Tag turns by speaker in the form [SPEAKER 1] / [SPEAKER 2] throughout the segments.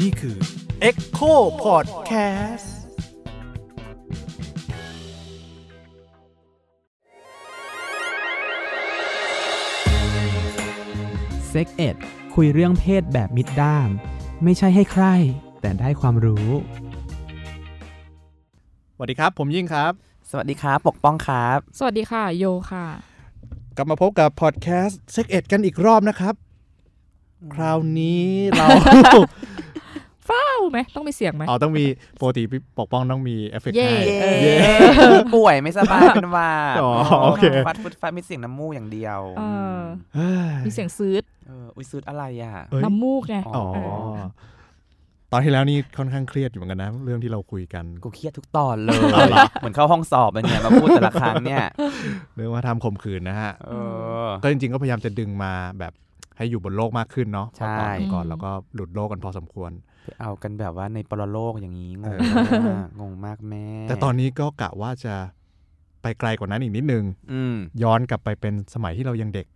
[SPEAKER 1] นี่คือ
[SPEAKER 2] Echo Podcast
[SPEAKER 3] เซ็กเอ็ดคุยเรื่องเพศแบบมิดด้าม ไม่ใช่ให้ใคร แต่ได้ความรู้
[SPEAKER 2] สวัสดีครับ ผมยิ่งครับ
[SPEAKER 3] สวัสดีครับ ปกป้องครับ
[SPEAKER 4] สวัสดีค่ะ โยค่ะ
[SPEAKER 2] กลับมาพบกับพอดแคสต์เซ็กเอ็ดกันอีกรอบนะครับ คราวนี้ เรา
[SPEAKER 4] ฟ้าวไหมต้องมีเสียงไหม
[SPEAKER 2] อ๋อต้องมีปกติพี่ปกป้องต้องมีเอฟเฟกต์
[SPEAKER 4] เย่
[SPEAKER 2] ให้
[SPEAKER 4] เออ
[SPEAKER 2] เย้
[SPEAKER 5] ป่วยไม่สบายเป็นหว่าด
[SPEAKER 2] อ๋อโอเค
[SPEAKER 5] ฟัดฟุดฟัดมีเสียงน้ำมูกอย่างเดียว
[SPEAKER 4] เออ
[SPEAKER 2] เฮ้ย
[SPEAKER 4] มีเสียงซืด
[SPEAKER 5] เอออุ้ยซื้ออะไรอ่ะ
[SPEAKER 2] เอ้ย
[SPEAKER 4] น้ำมูกไง
[SPEAKER 5] อ๋
[SPEAKER 2] อ๋อ
[SPEAKER 4] เอ
[SPEAKER 2] ตอนที่แล้วนี่ค่อนข้างเครียดอยู่เหมือนกันนะ เรื่องที่เราคุยกัน
[SPEAKER 5] กูเครียดทุกตอนเลย เหมือนเข้าห้องสอบอะไรเนี่ยมาพูดแต่ละครั้งเนี่ย
[SPEAKER 2] เรื่องว่าทำข่มขืนนะฮะ
[SPEAKER 5] เออ
[SPEAKER 2] ก็จริงๆก็พยายามจะดึงมาแบบให้อยู่บนโลกมากขึ้นเนาะ
[SPEAKER 5] ใช่
[SPEAKER 2] เพราะตอนก่อนเราก็หลุดโลกกันพอสมควร
[SPEAKER 5] ไปเอากันแบบว่าในปรโลกอย่างนี้ งงมากงงมากแม่
[SPEAKER 2] แต่ตอนนี้ก็กะว่าจะไปไกลกว่านั้นอีกนิดนึง
[SPEAKER 5] อืม
[SPEAKER 2] ย้อนกลับไปเป็นสมัยที่เรายังเด็ก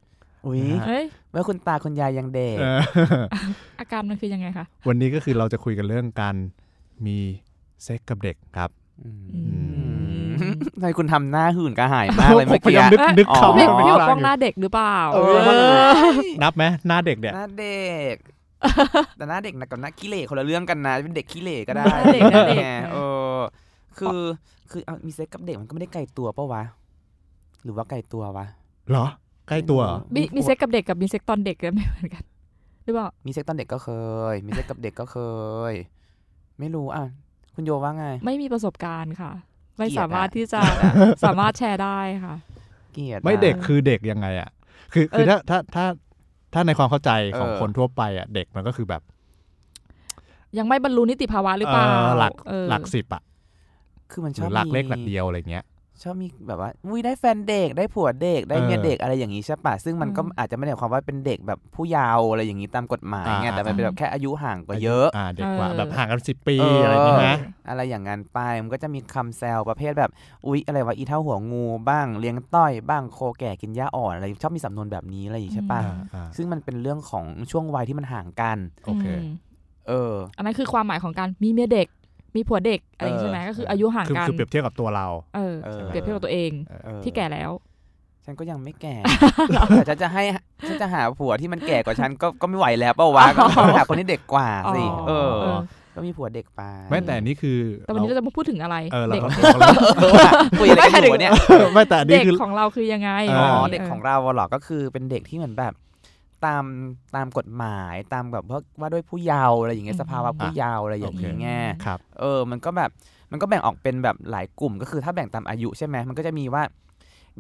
[SPEAKER 5] อุ้ย
[SPEAKER 4] เฮ้ย
[SPEAKER 5] เมื่อคุณตาคุณยายยังเด็ก
[SPEAKER 2] เออ
[SPEAKER 4] อาการมันคือยังไงคะ
[SPEAKER 2] วันนี้ก็คือเราจะคุยกันเรื่องการมีเซ็กกับเด็กครับ
[SPEAKER 4] ม
[SPEAKER 5] อืมทำไมคุณทำหน้าหื่นกระหายมากเลยเมื่อ
[SPEAKER 2] ผมพยา
[SPEAKER 5] กี้
[SPEAKER 2] ยามนึกนึก
[SPEAKER 5] อ๋อ
[SPEAKER 2] เขา
[SPEAKER 4] เด็ก
[SPEAKER 2] มั
[SPEAKER 4] พี่
[SPEAKER 2] มี
[SPEAKER 4] บอก
[SPEAKER 2] ร่
[SPEAKER 4] ป้อง
[SPEAKER 2] ยู่
[SPEAKER 4] หน้าเด็กหรือเปล่า
[SPEAKER 5] เออมัน
[SPEAKER 2] นับไหมหน้าเด็กเนี่ย
[SPEAKER 5] หน้าเด็ก แต่หน้าเด็กนะกับหน้าขี้เหร่คนละเรื่องกันนะเป็นเด็กขี้เหร่ก็ได้
[SPEAKER 4] หน้าเด็กหน้าเด็ก
[SPEAKER 5] ไงเออ คือคือเอามีเซ็กกับเด็กมันก็ไม่ได้ไกลตัวปะวะ หรือว่าไกลตัววะ
[SPEAKER 2] เหรอ ใกล้ตัวเหรอ
[SPEAKER 4] มีมีเซ็กกับเด็กกับมีเซ็กตอนเด็กกันไม่เหมือนกัน หรือเปล่า
[SPEAKER 5] มีเซ็กตอนเด็กก็เคย มีเซ็กกับเด็กก็เคย ไม่รู้อ่ะ คุณโยว่าไง
[SPEAKER 4] ไม่มีประสบการณ์ค่ะ ไม่
[SPEAKER 5] เกลียดอะ
[SPEAKER 4] สามารถที่จะ สามารถแชร์ได้ค่ะ
[SPEAKER 5] เกลียดอะ
[SPEAKER 2] ไม่เด็กคือเด็กยังไงอ่ะ คือคือ
[SPEAKER 4] เออ
[SPEAKER 2] ถ้าถ้าถ้าถ้าในความเข้าใจของคนทั่วไปอ่ะเด็กมันก็คือแบบ
[SPEAKER 4] ยังไม่บรรลุนิติภาวะหรือเปล่า
[SPEAKER 2] เออหลัก
[SPEAKER 4] เออ
[SPEAKER 2] หลักสิบอ่ะ
[SPEAKER 5] คือมัน
[SPEAKER 2] ห
[SPEAKER 5] ช
[SPEAKER 2] รืออบ หลัก
[SPEAKER 5] มี
[SPEAKER 2] เลขหลักเดียวอะไรเงี้ย
[SPEAKER 5] ชอบมีแบบว่าอุ้ยได้แฟนเด็กได้ผัวเด็กได้เมียเด็กอะไรอย่างนี้ใช่ปะซึ่งมันก็อาจจะไม่ได้หมายความว่าเป็นเด็กแบบผู้เยาว์อะไรอย่างนี้ตามกฎหมายไง
[SPEAKER 2] อ่า
[SPEAKER 5] แต่มันเป็นแบบแค่อายุห่างกว่าเยอะ
[SPEAKER 2] อ่าเด็กกว่าแบบห่างกันสิบปีอะไรเงี้ยนะ
[SPEAKER 5] อะไรอย่างนั้นไปมันก็จะมีคำแซวประเภทแบบ อุ๊ย อะไรวะ อีเท่าหัวงูบ้าง เลี้ยงต้อยบ้าง โคแก่กินหญ้าอ่อน อะไร ชอบมีสำนวนแบบนี้อะไรอย่างงใช่ปะ
[SPEAKER 2] อ่าอ่า
[SPEAKER 5] ซึ่งมันเป็นเรื่องของช่วงวัยที่มันห่างกัน
[SPEAKER 2] โอเค
[SPEAKER 4] ม
[SPEAKER 5] เออ
[SPEAKER 4] อันนั้นคือความหมายของการมีเมียเด็ก มีผัวเด็กอะไรอย่างนี้ใช่ไหมก็คืออายุห่าง
[SPEAKER 2] คือ
[SPEAKER 4] กัน
[SPEAKER 2] คือเปรียบเทียบกับตัวเรา
[SPEAKER 4] เออ
[SPEAKER 5] เออ
[SPEAKER 4] เปรียบเทียบกับตัวเอง
[SPEAKER 5] เออ
[SPEAKER 4] ที่แก่แล้ว
[SPEAKER 5] ฉันก็ยังไม่แก่ แต่ฉันจะให้ฉันจะหาผัวที่มันแก่กว่าฉันก็ก็ไม่ไหวแล้วเปล่าวะก็ต้องหาคนที่เด็กกว่าสิ
[SPEAKER 4] อ๋อ
[SPEAKER 5] เออ
[SPEAKER 2] เออ
[SPEAKER 5] ก็มีผัวเด็กไป
[SPEAKER 2] ไม่แต่อันนี่คือ
[SPEAKER 4] แต่วันนี้เราจะมาพูดถึงอะไร
[SPEAKER 2] เออเรา
[SPEAKER 4] เด็ก
[SPEAKER 2] ก็เราก็
[SPEAKER 5] เออว่ะ คุยอะไรกันอยู่วะเนี่ย
[SPEAKER 2] ไม่แต่อันนี่
[SPEAKER 4] เด็ก
[SPEAKER 2] คือ
[SPEAKER 4] ของเราคือยังไง
[SPEAKER 2] เออ
[SPEAKER 5] อ๋อ
[SPEAKER 4] ไรย่าย
[SPEAKER 5] เด็กของเราอะเหรอก็คือเป็นเด็กที่เหมือนแบบตามตามกฎหมายตามแบบว่าว่าด้วยผู้เยาว์อะไรอย่างเงี้ยสภาวะผู้เยาว์อะไรอย่างเงี้ยไง
[SPEAKER 2] ครับ
[SPEAKER 5] เออมันก็แบบมันก็แบ่งออกเป็นแบบหลายกลุ่มก็คือถ้าแบ่งตามอายุใช่ไหมมันก็จะมีว่า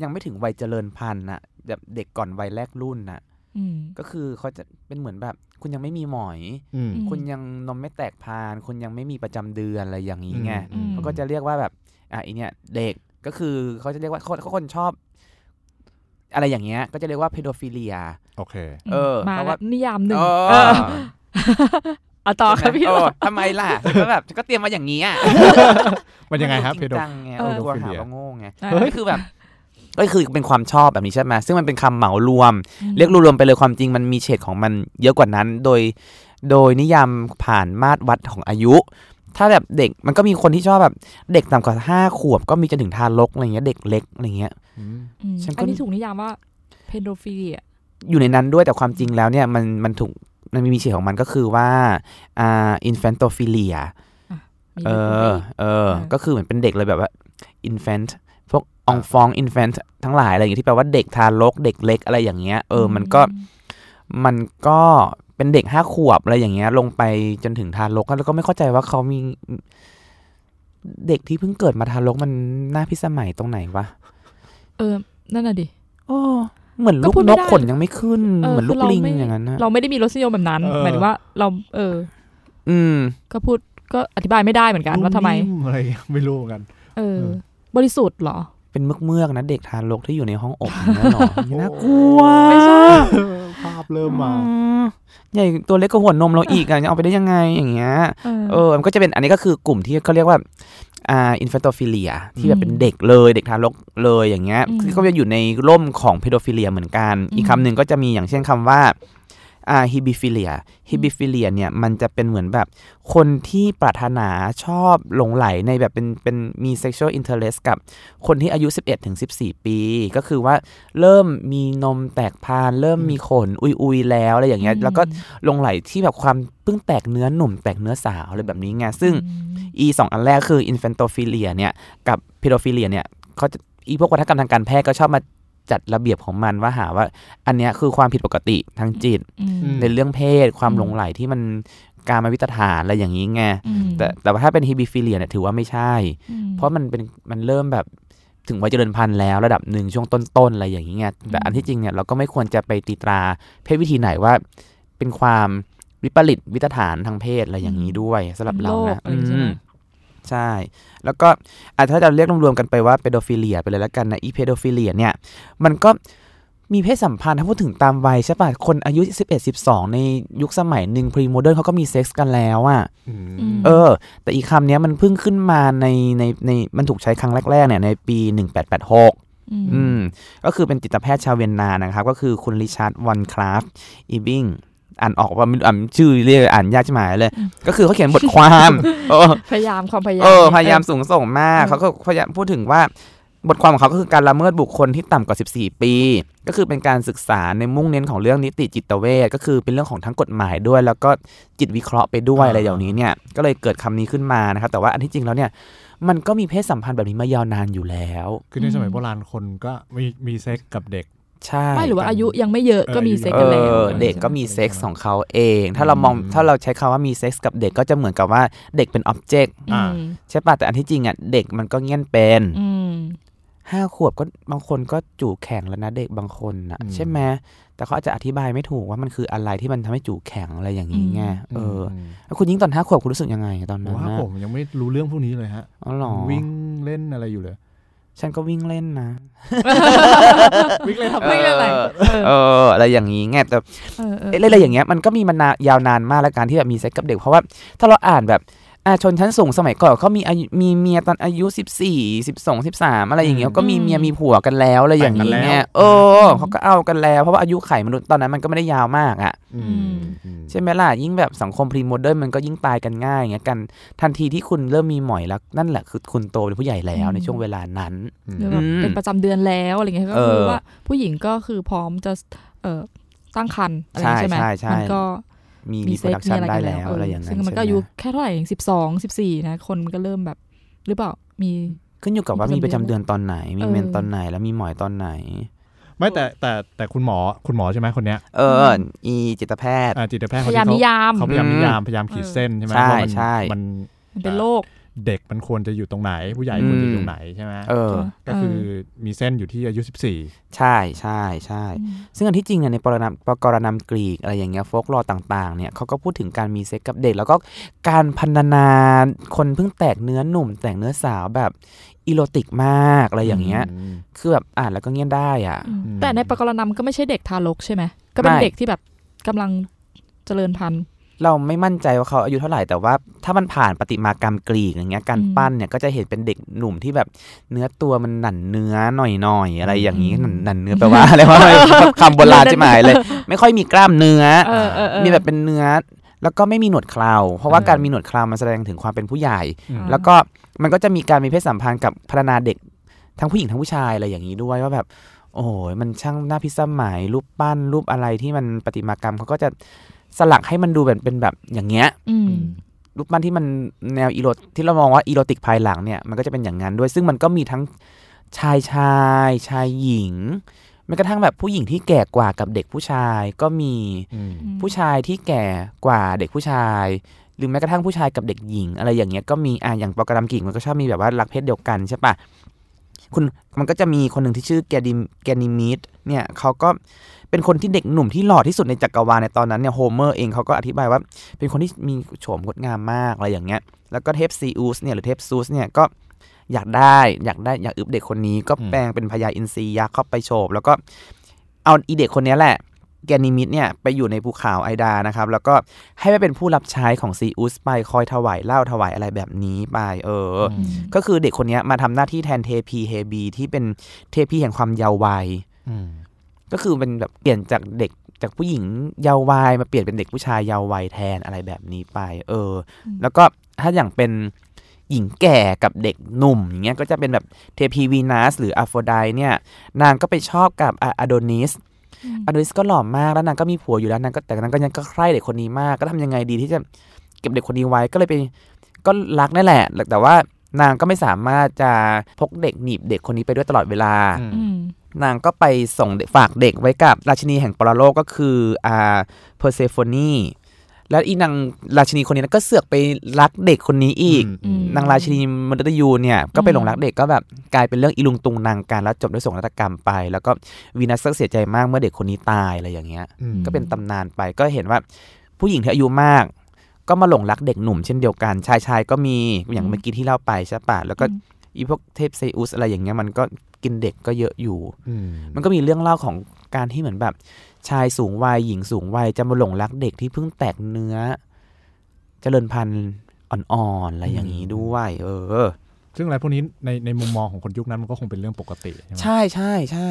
[SPEAKER 5] ยังไม่ถึงวัยเจริญพันธุ์นะแบบเด็กก่อนวัยแรกรุ่นนะ
[SPEAKER 4] อืม
[SPEAKER 5] ก็คือเขาจะเป็นเหมือนแบบ คุณยังไม่มีหมอย
[SPEAKER 2] อืม
[SPEAKER 4] ม
[SPEAKER 5] คุณยังนมไม่แตกพาน คุณยังไม่มีประจำเดือนอะไรอย่างนี้ไง
[SPEAKER 4] อืม
[SPEAKER 5] เขาก็จะเรียกว่าแบบอ่ะไอเนี่ยเด็กก็คือเขาจะเรียกว่าคนคนชอบ อะไรอย่างเงี้ย ก็จะเรียกว่าเพโดฟิเลีย
[SPEAKER 2] โอเค
[SPEAKER 5] เออ
[SPEAKER 4] มา
[SPEAKER 5] เพราะ
[SPEAKER 4] แล้ว
[SPEAKER 5] ว่า
[SPEAKER 4] นิยามหนึ่ง
[SPEAKER 5] เออ
[SPEAKER 4] เออเอาต่อครับพี่
[SPEAKER 5] เออทำไมล่ะฉันก็แบบฉันก็เตรียมมาอย่างนี้อ่ะ
[SPEAKER 2] มันยังไงครับ
[SPEAKER 5] จ
[SPEAKER 2] เพ
[SPEAKER 5] ริ
[SPEAKER 2] โด
[SPEAKER 5] จังไง
[SPEAKER 4] เออ
[SPEAKER 5] เออกลัวหา
[SPEAKER 2] pedophilia
[SPEAKER 5] ว่าโง่ไง
[SPEAKER 4] ได้
[SPEAKER 5] เฮ้ยคือแบบก็คือเป็นความชอบแบบนี้ใช่ไหมซึ่งมันเป็นคำเหมารวม เรียกรวมๆไปเลยความจริงมันมีเฉดของมันเยอะกว่านั้น โดย โดยนิยามผ่านมาตรวัดของอายุ ถ้าแบบเด็กมันก็มีคนที่ชอบแบบเด็กต่ำกว่าห้าขวบก็มีจนถึงทารกอะไรเงี้ยเด็กเล็กอะไรเงี้ย
[SPEAKER 2] อืม
[SPEAKER 4] อืม
[SPEAKER 5] ฉันก็
[SPEAKER 4] อันนี้ถูกนิยามว่าเพนโดฟิเลีย
[SPEAKER 5] อยู่ในนั้นด้วยแต่ความจริงแล้วเนี่ยมันมันถูกมันมีเฉดของมันก็คือว่าอ่าอินแฟนโตฟิเลียเออเออ
[SPEAKER 4] อ่า
[SPEAKER 5] ก็คือเหมือนเป็นเด็กเลยแบบว่าอินแฟนพวกองฟองอินแฟนทั้งหลายอะไรอย่างเงี้ยที่แปลว่าเด็กทารกเด็กเล็กอะไรอย่างเงี้ยเออมันก็ มันก็เป็นเด็กห้าขวบอะไรอย่างเงี้ย ลงไปจนถึงทารกแล้วก็ไม่เข้าใจว่าเขามีเด็กที่เพิ่งเกิดมาทารกมันน่าพิสมัยตรงไหนวะ
[SPEAKER 4] เออ นั่นน่ะดิ
[SPEAKER 5] โอ้เหมือนลู
[SPEAKER 4] ก็
[SPEAKER 5] ก
[SPEAKER 4] พูด
[SPEAKER 5] น
[SPEAKER 4] ไม่
[SPEAKER 5] ก
[SPEAKER 4] ได้
[SPEAKER 5] ขนยังไม่ขึ้น
[SPEAKER 4] เออ
[SPEAKER 5] เหมือนลู
[SPEAKER 4] คื
[SPEAKER 5] ก
[SPEAKER 4] อเรา
[SPEAKER 5] ลิง
[SPEAKER 4] ไม่
[SPEAKER 5] อย่างนั้นนะ
[SPEAKER 4] เราไม่ได้มีรสนิยมแบบนั้น
[SPEAKER 2] เออ
[SPEAKER 4] หมายถึงว่าเราเออ
[SPEAKER 5] อืม
[SPEAKER 4] ก็พูดก็อธิบายไม่ได้เหมือนกันว่าทำไม
[SPEAKER 2] นุ่นิ่อะไรไม่รู้เหมือนกัน
[SPEAKER 4] เออ
[SPEAKER 2] เออ
[SPEAKER 4] บริสุทธิ์เหรอ
[SPEAKER 5] เป็นเมือกเมือกๆนะเด็กทารกที่อยู่ในห้องอบอย่างนั้นหรอ น่ากลัว
[SPEAKER 4] ไม่ใช่
[SPEAKER 2] ภาพเริ่มมา
[SPEAKER 5] อืมใหญ่ตัวเล็กกว่าหัวนมเราอีกอะยังเอาไปได้ยังไงอย่างเงี้ย
[SPEAKER 4] เออ
[SPEAKER 5] เออ มันก็จะเป็น อันนี้ก็คือกลุ่มที่เขาเรียกว่า อ่า อินฟันโตฟิเลีย ที่แบ
[SPEAKER 4] อื
[SPEAKER 5] บ
[SPEAKER 4] ม
[SPEAKER 5] เป็นเด็กเลย เด็กทารกเลยอย่างเงี้ย
[SPEAKER 4] อืม
[SPEAKER 5] คือก็จะอยู่ในร่มของเพโดฟิเลียเหมือนกัน
[SPEAKER 4] อืม
[SPEAKER 5] อีกคำหนึ่งก็จะมีอย่างเช่นคำว่า อ่าฮิบิฟิเลียฮิบิฟิเลียเนี่ยมันจะเป็นเหมือนแบบคนที่ปรารถนาชอบหลงไหลในแบบเป็นเป็นมี sexual interest กับคนที่อายุ 11ถึง14 ปี ก็คือว่าเริ่มมีนมแตกพาน เริ่มมีขนอุยอุยๆแล้วอะไรอย่างเงี้ยแล้วก็หลงไหลที่แบบความเพิ่งแตกเนื้อหนุ่มแตกเนื้อสาวอะไรแบบนี้ไงซึ่ง อีสองอันแรกคือ infantophilia เนี่ยกับ pedophilia เนี่ยเขาจะอีพวกวัฒกรรมทางการแพทย์ก็ชอบมาจัดระเบียบของมันว่าหาว่า อันเนี้ยคือความผิดปกติทางจิต
[SPEAKER 4] อืม
[SPEAKER 5] ในเรื่องเพศ ความหลงไหลที่มันการมาวิตรฐานอะไรอย่างนี้ไงแต่แต่ว่าถ้าเป็น hebephilia เนี่ยถือว่าไม่ใช่
[SPEAKER 4] อืม
[SPEAKER 5] เพราะมันเป็นมันเริ่มแบบถึงวัยเจริญพันธุ์แล้วระดับหนึ่งช่วงต้นๆอะไรอย่างนี้ไงแต่อันที่จริงเนี่ยเราก็ไม่ควรจะไปตีตราเพศวิธีไหนว่า เป็นความวิปริตวิตรฐานทางเพศอะไรอย่างนี้ด้วยสำหรับเรานะ
[SPEAKER 4] เป็นโรคอะไรใช่
[SPEAKER 5] อื
[SPEAKER 4] ไหม
[SPEAKER 5] มใช่ แล้วก็อาจจะถ้าเราเรียกรวมๆกันไปว่าเปโดฟิเลียไปเลยแล้วกันนะอีเพโดฟิเลียเนี่ย มันก็มีเพศสัมพันธ์ถ้าพูดถึงตามวัยใช่ป่ะคนอายุ 11 12 ในยุคสมัยหนึ่งพรีโมเดิร์นเขาก็มีเซ็กซ์กันแล้วอ่ะ
[SPEAKER 2] อืม
[SPEAKER 4] อืม
[SPEAKER 5] เออ แต่อีกคำเนี้ยมันเพิ่งขึ้นมาในในในมันถูกใช้ครั้งแรกๆเนี่ยในปี 1886 อืม ก็คือเป็นจิตแพทย์ชาวเวียนนานะครับ ก็คือคุณริชาร์ดวอนคราฟอีบิงอ่านออกว่ามันอ่านชื่อเรียกอ่านยากใช่ไหมเลย
[SPEAKER 4] อืม
[SPEAKER 5] ก็คือเขาเขียนบทความ เออ
[SPEAKER 4] พยายามความพยายาม
[SPEAKER 5] เออ พยายาม
[SPEAKER 4] เอ
[SPEAKER 5] สูงส่งมาก
[SPEAKER 4] เออ
[SPEAKER 5] เขาก็พยายามพูดถึงว่าบทความของเขาก็คือการละเมิดบุคคลที่ต่ำกว่า 14 ปี ก็คือเป็นการศึกษาในมุ่งเน้นของเรื่องนิติจิตเวชก็คือเป็นเรื่องของทั้งกฎหมายด้วย แล้วก็จิตวิเคราะห์ไปด้วย
[SPEAKER 2] อ่า
[SPEAKER 5] อะไรอย่างนี้เนี่ย ก็เลยเกิดคำนี้ขึ้นมานะครับ แต่ว่าอันที่จริงแล้วเนี่ย มันก็มีเพศสัมพันธ์แบบนี้มายาวนานอยู่แล้ว
[SPEAKER 2] คือในสมัยโบราณคนก็มีมีเซ็กกับเด็ก
[SPEAKER 5] ใช่
[SPEAKER 4] อไม่หรือว่าอายุยังไม่เยอะ
[SPEAKER 2] เออ
[SPEAKER 4] ก็มี
[SPEAKER 2] อายุ
[SPEAKER 4] เซ็ก
[SPEAKER 5] เอ
[SPEAKER 4] กันแล้ว
[SPEAKER 5] อ
[SPEAKER 2] อะไรอย่างเงี้ย
[SPEAKER 5] เด็กก็มีเซ็กส์ของเขาเอง ถ้าเรามอง
[SPEAKER 2] อืม
[SPEAKER 5] ถ้าเราใช้คำว่ามีเซ็กส์กับเด็กก็จะเหมือนกับว่าเด็กเป็นอ็อบเจกต์
[SPEAKER 4] อืม
[SPEAKER 5] ใช่ป่ะแต่อันที่จริงอ่ะเด็กมันก็เงี้ยนเป็น
[SPEAKER 4] อืม
[SPEAKER 5] ห้าขวบก็บางคนก็จู่แข็งแล้วนะเด็กบางคนอ่ะ
[SPEAKER 2] อืม
[SPEAKER 5] ใช่ไหมแต่เขาอาจจะอธิบายไม่ถูกว่ามันคืออะไรที่มันทำให้จู่แข็งอะไรอย่างนี้ไงเอออ
[SPEAKER 2] ม
[SPEAKER 5] แล้วคุณยิ่งตอนห้าขวบคุณรู้สึกยังไงตอนนั้น
[SPEAKER 2] ว่า
[SPEAKER 5] นะ
[SPEAKER 2] ผมยังไม่รู้เรื่องพวกนี้เลยฮะ
[SPEAKER 5] อ๋อเหรอ
[SPEAKER 2] วิ่งเล่นอะไรอยู่เลย
[SPEAKER 5] ฉันก็วิ่งเล่นนะ
[SPEAKER 2] วิ่งเล่นทำ
[SPEAKER 4] วิ่งเล่นอะไร
[SPEAKER 5] เอออะไรอย่างนี้ไงแต่
[SPEAKER 4] เออเออ
[SPEAKER 5] เอ้ยอะไรอย่างเงี้ยมันก็มีมานานยาวนานมากและการที่แบบมีเซ็กกับเด็ก เพราะว่าถ้าเราอ่านแบบอาชนชั้นสูงสมัยก่อนเขามีอายุมีเมียตอนอายุ 14 12 13 อะไรอย่างเงี้ย
[SPEAKER 2] อืม
[SPEAKER 5] ก็มีเมียมีผัวกันแล้วอะไรอย่าง
[SPEAKER 2] แต่งกัน
[SPEAKER 5] เงี้
[SPEAKER 2] แล้
[SPEAKER 5] ยว เออเขาก็เอากันแล้วเพราะว่าอายุไขมนุษย์ตอนนั้นมันก็ไม่ได้ยาวมากอ่ะ
[SPEAKER 2] อืมอืม
[SPEAKER 5] ใช่ไหมล่ะยิ่งแบบสังคมพรีโมเดิร์นมันก็ยิ่งตายกันง่ายอย่างเงี้ยกันทันทีที่คุณเริ่มมีหมอยแล้วนั่นแหละคือคุณโตเป็นผู้ใหญ่แล้ว
[SPEAKER 4] อืม
[SPEAKER 5] ในช่วงเวลานั้น
[SPEAKER 2] อืม
[SPEAKER 4] หรือแบบ
[SPEAKER 5] อืม
[SPEAKER 4] เป็นประจำเดือนแล้วอะไรเงี้ยก็
[SPEAKER 5] เออ
[SPEAKER 4] คือว่าผู้หญิงก็คือพร้อมจะเอ่อตั้งครรภ์อะไรอย่างเงี้ยใช่ไหม
[SPEAKER 5] ใช่ใช่ใช่
[SPEAKER 4] มันก็
[SPEAKER 5] มี
[SPEAKER 4] มี
[SPEAKER 5] รีโปร
[SPEAKER 4] เซ็ก
[SPEAKER 5] ดัก
[SPEAKER 4] มี
[SPEAKER 5] ชัน
[SPEAKER 4] อะไร
[SPEAKER 5] ได้
[SPEAKER 4] กัน
[SPEAKER 5] แล้
[SPEAKER 4] แล้
[SPEAKER 5] ว
[SPEAKER 4] วเออ
[SPEAKER 5] อะไรอย่างนั้น
[SPEAKER 4] ซึ่งมันก็
[SPEAKER 5] ใช่
[SPEAKER 4] อา
[SPEAKER 5] ไห
[SPEAKER 4] ยุ
[SPEAKER 5] ม
[SPEAKER 4] แค่เท่าไหร่เองสิบสองสิบสี่นะคนมันก็เริ่มแบบ หรือเปล่ามี
[SPEAKER 5] ขึ้นอยู่กับว่ามีประจำเดือนตอนไหน มี
[SPEAKER 4] เออ
[SPEAKER 5] เมนตอนไหนแล้วมีหมอยตอนไหน
[SPEAKER 2] ไม่แต่แต่แต่คุณหมอคุณหมอใช่ไหมคนเนี้ย
[SPEAKER 5] เออออีจิตแพทย์
[SPEAKER 2] อ่าจิตแพทย์
[SPEAKER 4] พ
[SPEAKER 2] เขา
[SPEAKER 4] ยายามนิ
[SPEAKER 2] ที่
[SPEAKER 4] ยาม
[SPEAKER 2] เขาเขาพยายามนิยามพยายามขีดเส้นใช่ไหม
[SPEAKER 5] ใช่
[SPEAKER 2] ว่ามัน
[SPEAKER 5] ใช่
[SPEAKER 2] มัน
[SPEAKER 4] มันเป็นโรค
[SPEAKER 2] เด็กมันควรจะอยู่ตรงไหน ผู้ใหญ่ควรจะอยู่ตรงไหนใช่ไหม
[SPEAKER 5] เออ
[SPEAKER 2] ก็คือมีเส้นอยู่ที่อายุ 14
[SPEAKER 5] ใช่ใช่ใช่
[SPEAKER 4] เออ
[SPEAKER 5] ซึ่งอันที่จริงเนี่ยในปรนามปกรณามกรีกอะไรอย่างเงี้ยโฟกลอต่างๆเนี่ยเขาก็พูดถึงการมีเซ็กกับเด็ก แล้วก็การพันนาคนเพิ่งแตกเนื้อหนุ่ม แตกเนื้อสาวแบบอีโรติกมากอะไรอย่างเงี้ยคือแบบอ่านแล้วก็เงี้ยได้อ่ะ
[SPEAKER 4] อืม
[SPEAKER 2] อืม
[SPEAKER 4] แต่ในปรกรณำก็ไม่ใช่เด็กทารกใช่ไหม ก็เป็น
[SPEAKER 5] ไม่
[SPEAKER 4] เด็กที่แบบกำลังเจริญพันธุ์
[SPEAKER 5] เราไม่มั่นใจว่าเขาอายุเท่าไหร่แต่ว่าถ้ามันผ่านประติมากรรมกรีกอย่างเงี้ยการ
[SPEAKER 4] อืม
[SPEAKER 5] ปั้นเนี่ยก็จะเห็นเป็นเด็กหนุ่มที่แบบเนื้อตัวมันหนันเนื้อหน่อยๆอะไรอย่างนี้ห
[SPEAKER 4] อืม
[SPEAKER 5] นันหนัน เนื้อแปลว่าอะไรวะ คำโบราณใช่ไหมเลย ไม่ค่อยมีกล้ามเนื้อ
[SPEAKER 4] เออเออเออ
[SPEAKER 5] มีแบบเป็นเนื้อแล้วก็ไม่มีหนวดเคราเพราะว่า
[SPEAKER 4] อืม
[SPEAKER 5] การมีหนวดเครามันแสดงถึงความเป็นผู้ใหญ่
[SPEAKER 2] อืม
[SPEAKER 5] แล้วก็มันก็จะมีการมีเพศสัมพันธ์กับพัฒนาเด็กทั้งผู้หญิงทั้งผู้ชายอะไรอย่างนี้ด้วยว่าแบบ โอ้ยมันช่างหน้าพิสมัยรูปปั้นรูปอะไรที่มันประติมากรรมเขาก็จะสลักให้มันดูแบบเป็นแบบอย่างเงี้ย
[SPEAKER 4] อืม
[SPEAKER 5] รูปปั้นที่มันแนวอีโรที่เรามองว่าอีโรติกภายหลังเนี่ยมันก็จะเป็นอย่างนั้นด้วย ซึ่งมันก็มีทั้งชายชายชายหญิงแม้กระทั่งแบบผู้หญิงที่แก่กว่ากับเด็กผู้ชายก็มี
[SPEAKER 2] อืม
[SPEAKER 5] ผู้ชายที่แก่กว่าเด็กผู้ชาย หรือแม้กระทั่งผู้ชายกับเด็กหญิง อะไรอย่างเงี้ยก็มีอ่ะอย่างโปรแกรมกิ่งมันก็ชอบมีแบบว่ารักเพศเดียวกันใช่ปะคุณมันก็จะมีคนหนึ่งที่ชื่อแกดิมแกนิมิดเนี่ยเขาก็เป็นคนที่เด็กหนุ่มที่หล่อที่สุดในจักรวาลในตอนนั้นเนี่ยโฮเมอร์เองเขาก็อธิบายว่า เป็นคนที่มีโฉมงดงามมากอะไรอย่างเงี้ยแล้วก็เทพซีอูสเนี่ยหรือเทพซูสเนี่ยก็อยากได้อยากได้อยากอึบเด็กคนนี้ ก็
[SPEAKER 2] อืม
[SPEAKER 5] แปลงเป็นพญาอินทรียักษ์เข้าไปโฉบแล้วก็เอาอีเด็กคนเนี้ยแหละ แกนิมิดเนี่ยไปอยู่ในภูเขาไอดานะครับ แล้วก็ให้ไปเป็นผู้รับใช้ของซีอุสไปคอยถวายเหล้าถวายอะไรแบบนี้ไปเอออ ก็คือเด็กคนเนี้ยมาทำหน้าที่แทนเทพีเฮบีที่เป็นเทพีแห่งความเยาว์วัย
[SPEAKER 2] อืม
[SPEAKER 5] ก็คือเป็นแบบเปลี่ยนจากเด็ก จากผู้หญิงเยาว์วัยมาเปลี่ยนเป็นเด็กผู้ชายเยาว์วัยแทนอะไรแบบนี้ไป เอออ
[SPEAKER 4] ม
[SPEAKER 5] แล้วก็ถ้าอย่างเป็นหญิงแก่กับเด็กหนุ่มอย่างเงี้ยก็จะเป็นแบบเทพีวีนัสหรืออัฟโฟไดเนี่ย นางก็ไปชอบกับอโดนิส อโดนิสก็หล่อมากแล้วนางก็มีผัวอยู่แล้วนางก็แต่นางก็ยังก็ใคร่เด็กคนนี้มากก็ทำยังไงดีที่จะเก็บเด็กคนนี้ไว้ก็เลยไปก็รักนั่นแหละ แต่ว่านางก็ไม่สามารถจะพกเด็กหนีบเด็กคนนี้ไปด้วยตลอดเวลา
[SPEAKER 4] อืม
[SPEAKER 5] นางก็ไปส่งเด็กฝากเด็กไว้กับราชินีแห่งปรโลกก็คืออ่าเพอร์เซโฟนีแล้วอีนางราชินีคนนี้ก็เสือกไปรักเด็กคนนี้อีก
[SPEAKER 4] อืม
[SPEAKER 5] นางราชินีมนุษยูเนี่ยก็ไป
[SPEAKER 4] อืม
[SPEAKER 5] หลงรักเด็กก็แบบกลายเป็นเรื่องอีลุงตุงนางการแล้วจบด้วยโศกนาฏกรรมไป แล้วก็วีนัสก็เสียใจมากเมื่อเด็กคนนี้ตายอะไรอย่างเงี้ย
[SPEAKER 2] อืม
[SPEAKER 5] ก็เป็นตำนานไปก็เห็นว่าผู้หญิงที่อายุมาก ก็มาหลงรักเด็กหนุ่มเช่นเดียวกัน ชายชายก็มีอย่าง
[SPEAKER 4] อืม
[SPEAKER 5] เมื่อกี้ที่เล่าไปใช่ปะแล้วก็
[SPEAKER 4] อืม
[SPEAKER 5] อีพวกเทพเซอุสอะไรอย่างเงี้ยมันก็กินเด็กก็เยอะอยู่
[SPEAKER 2] อืม
[SPEAKER 5] มันก็มีเรื่องเล่าของการที่เหมือนแบบ ชายสูงวัยหญิงสูงวัยจะมาหลงรักเด็กที่เพิ่งแตกเนื้อ เจริญพันธุ์อ่อนๆอะไรอย่างนี้ด้วย เออ
[SPEAKER 2] ซึ่งอะไรพวกนี้ในในมุมมองของคนยุคนั้นมันก็คงเป็นเรื่องปกติใช่ไหม
[SPEAKER 5] ใช่ใช่ใช่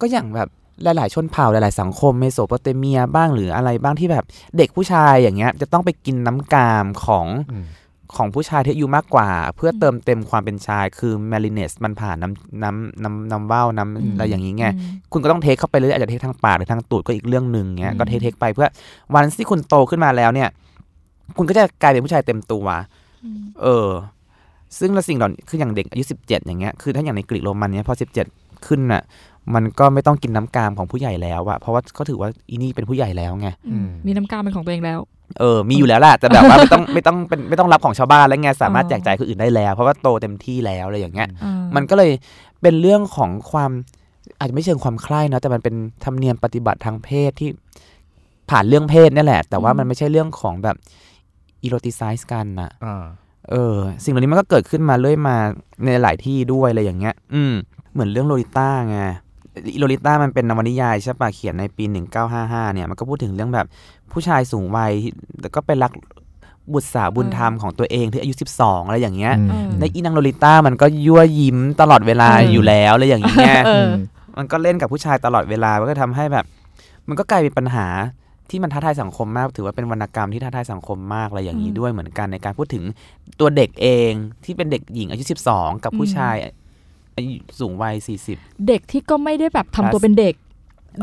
[SPEAKER 5] ก็อย่างแบบหลาย ๆ ชนเผ่าหลาย ๆ สังคมเมโสโปเตเมียบ้างหรืออะไรบ้างที่แบบเด็กผู้ชายอย่างเงี้ย จะต้องไปกินน้ำกามของ
[SPEAKER 2] อืม
[SPEAKER 5] ของผู้ชายที่อายุมากกว่า เพื่ออ
[SPEAKER 4] ม
[SPEAKER 5] เติมเต็มความเป็นชายคือแมลิเนสมันผ่านน้ำน้ำน้ำน้ำว่าวน้ำอะไร
[SPEAKER 4] อืม
[SPEAKER 5] อย่างนี้ไง
[SPEAKER 4] อืม
[SPEAKER 5] คุณก็ต้องเทคเข้าไปเรื่อยอาจจะเทคทางปากหรือทางตูดก็อีกเรื่องหนึ่งเงี้ย
[SPEAKER 4] อืม
[SPEAKER 5] ก็เทคเทคไปเพื่อวันที่คุณโตขึ้นมาแล้วเนี่ย คุณก็จะกลายเป็นผู้ชายเต็มตัว
[SPEAKER 4] อืม
[SPEAKER 5] เออ ซึ่งละสิ่งเหล่านี้คืออย่างเด็กอายุสิบเจ็ดอย่างเงี้ยคือถ้าอย่างในกรีกโรมันเนี่ยพอสิบเจ็ดขึ้นน่ะ มันก็ไม่ต้องกินน้ำกามของผู้ใหญ่แล้วอะเพราะว่าก็ถือว่าอีนี่เป็นผู้ใหญ่แล้วไง
[SPEAKER 4] อืมมีน้ำกามเป็นของตัวเองแล้ว
[SPEAKER 5] เออมีอยู่แล้วแหละแต่แบบว่าไม่ต้องไม่ต้องเป็นไม่ต้องรับของชาวบ้านแล้วไงสามารถแจกจ่ายคนอื่นได้แล้ว เพราะว่าโตเต็มที่แล้วอะไรอย่างเงี้ย
[SPEAKER 4] อ่า
[SPEAKER 5] มันก็เลยเป็นเรื่องของความอาจจะไม่เชิงความใคร่เนอะแต่มันเป็นธรรมเนียมปฏิบัติทางเพศที่ผ่านเรื่องเพศเนี่ยแหละ แต่ว่ามันไม่ใช่เรื่องของแบบอีโรติไซส์กันนะ
[SPEAKER 2] อ่า
[SPEAKER 5] เออ สิ่งเหล่านี้มันก็เกิดขึ้นมาเรื่อยมาในหลายที่ด้วยอะไรอย่างเงี้ย อืม เหมือนเรื่องโลลิต้าไงโลลิต้ามันเป็นนวนิยายใช่ปะเขียนในปี 1955 เนี่ยมันก็พูดถึงเรื่องแบบผู้ชายสูงวัยที่แล้วก็ไปรักบุตรสาวบุญธรรมของตัวเองที่อายุ 12 อะไรอย่างเงี้ย
[SPEAKER 2] อืม
[SPEAKER 5] ในอีนางโลลิต้ามันก็ยั่วยิ้มตลอดเวลา
[SPEAKER 4] เออ
[SPEAKER 5] อ
[SPEAKER 4] อ
[SPEAKER 5] ยู่แล้วอะไรอย่างเงี้ย
[SPEAKER 4] เออ
[SPEAKER 5] มันก็เล่นกับผู้ชายตลอดเวลา มันก็ทำให้แบบ มันก็กลายเป็นปัญหาที่มันท้าทายสังคมมาก ถือว่าเป็นวรรณกรรมที่ท้าทายสังคมมากอะไรอย่างนี้
[SPEAKER 4] อืม
[SPEAKER 5] ด้วยเหมือนกันในการพูดถึงตัวเด็กเองที่เป็นเด็กหญิงอายุ 12 กับผู้
[SPEAKER 4] อืม
[SPEAKER 5] ชายอายุสูงวัย 40
[SPEAKER 4] เด็กที่ก็ไม่ได้แบบทำตัวเป็นเด็ก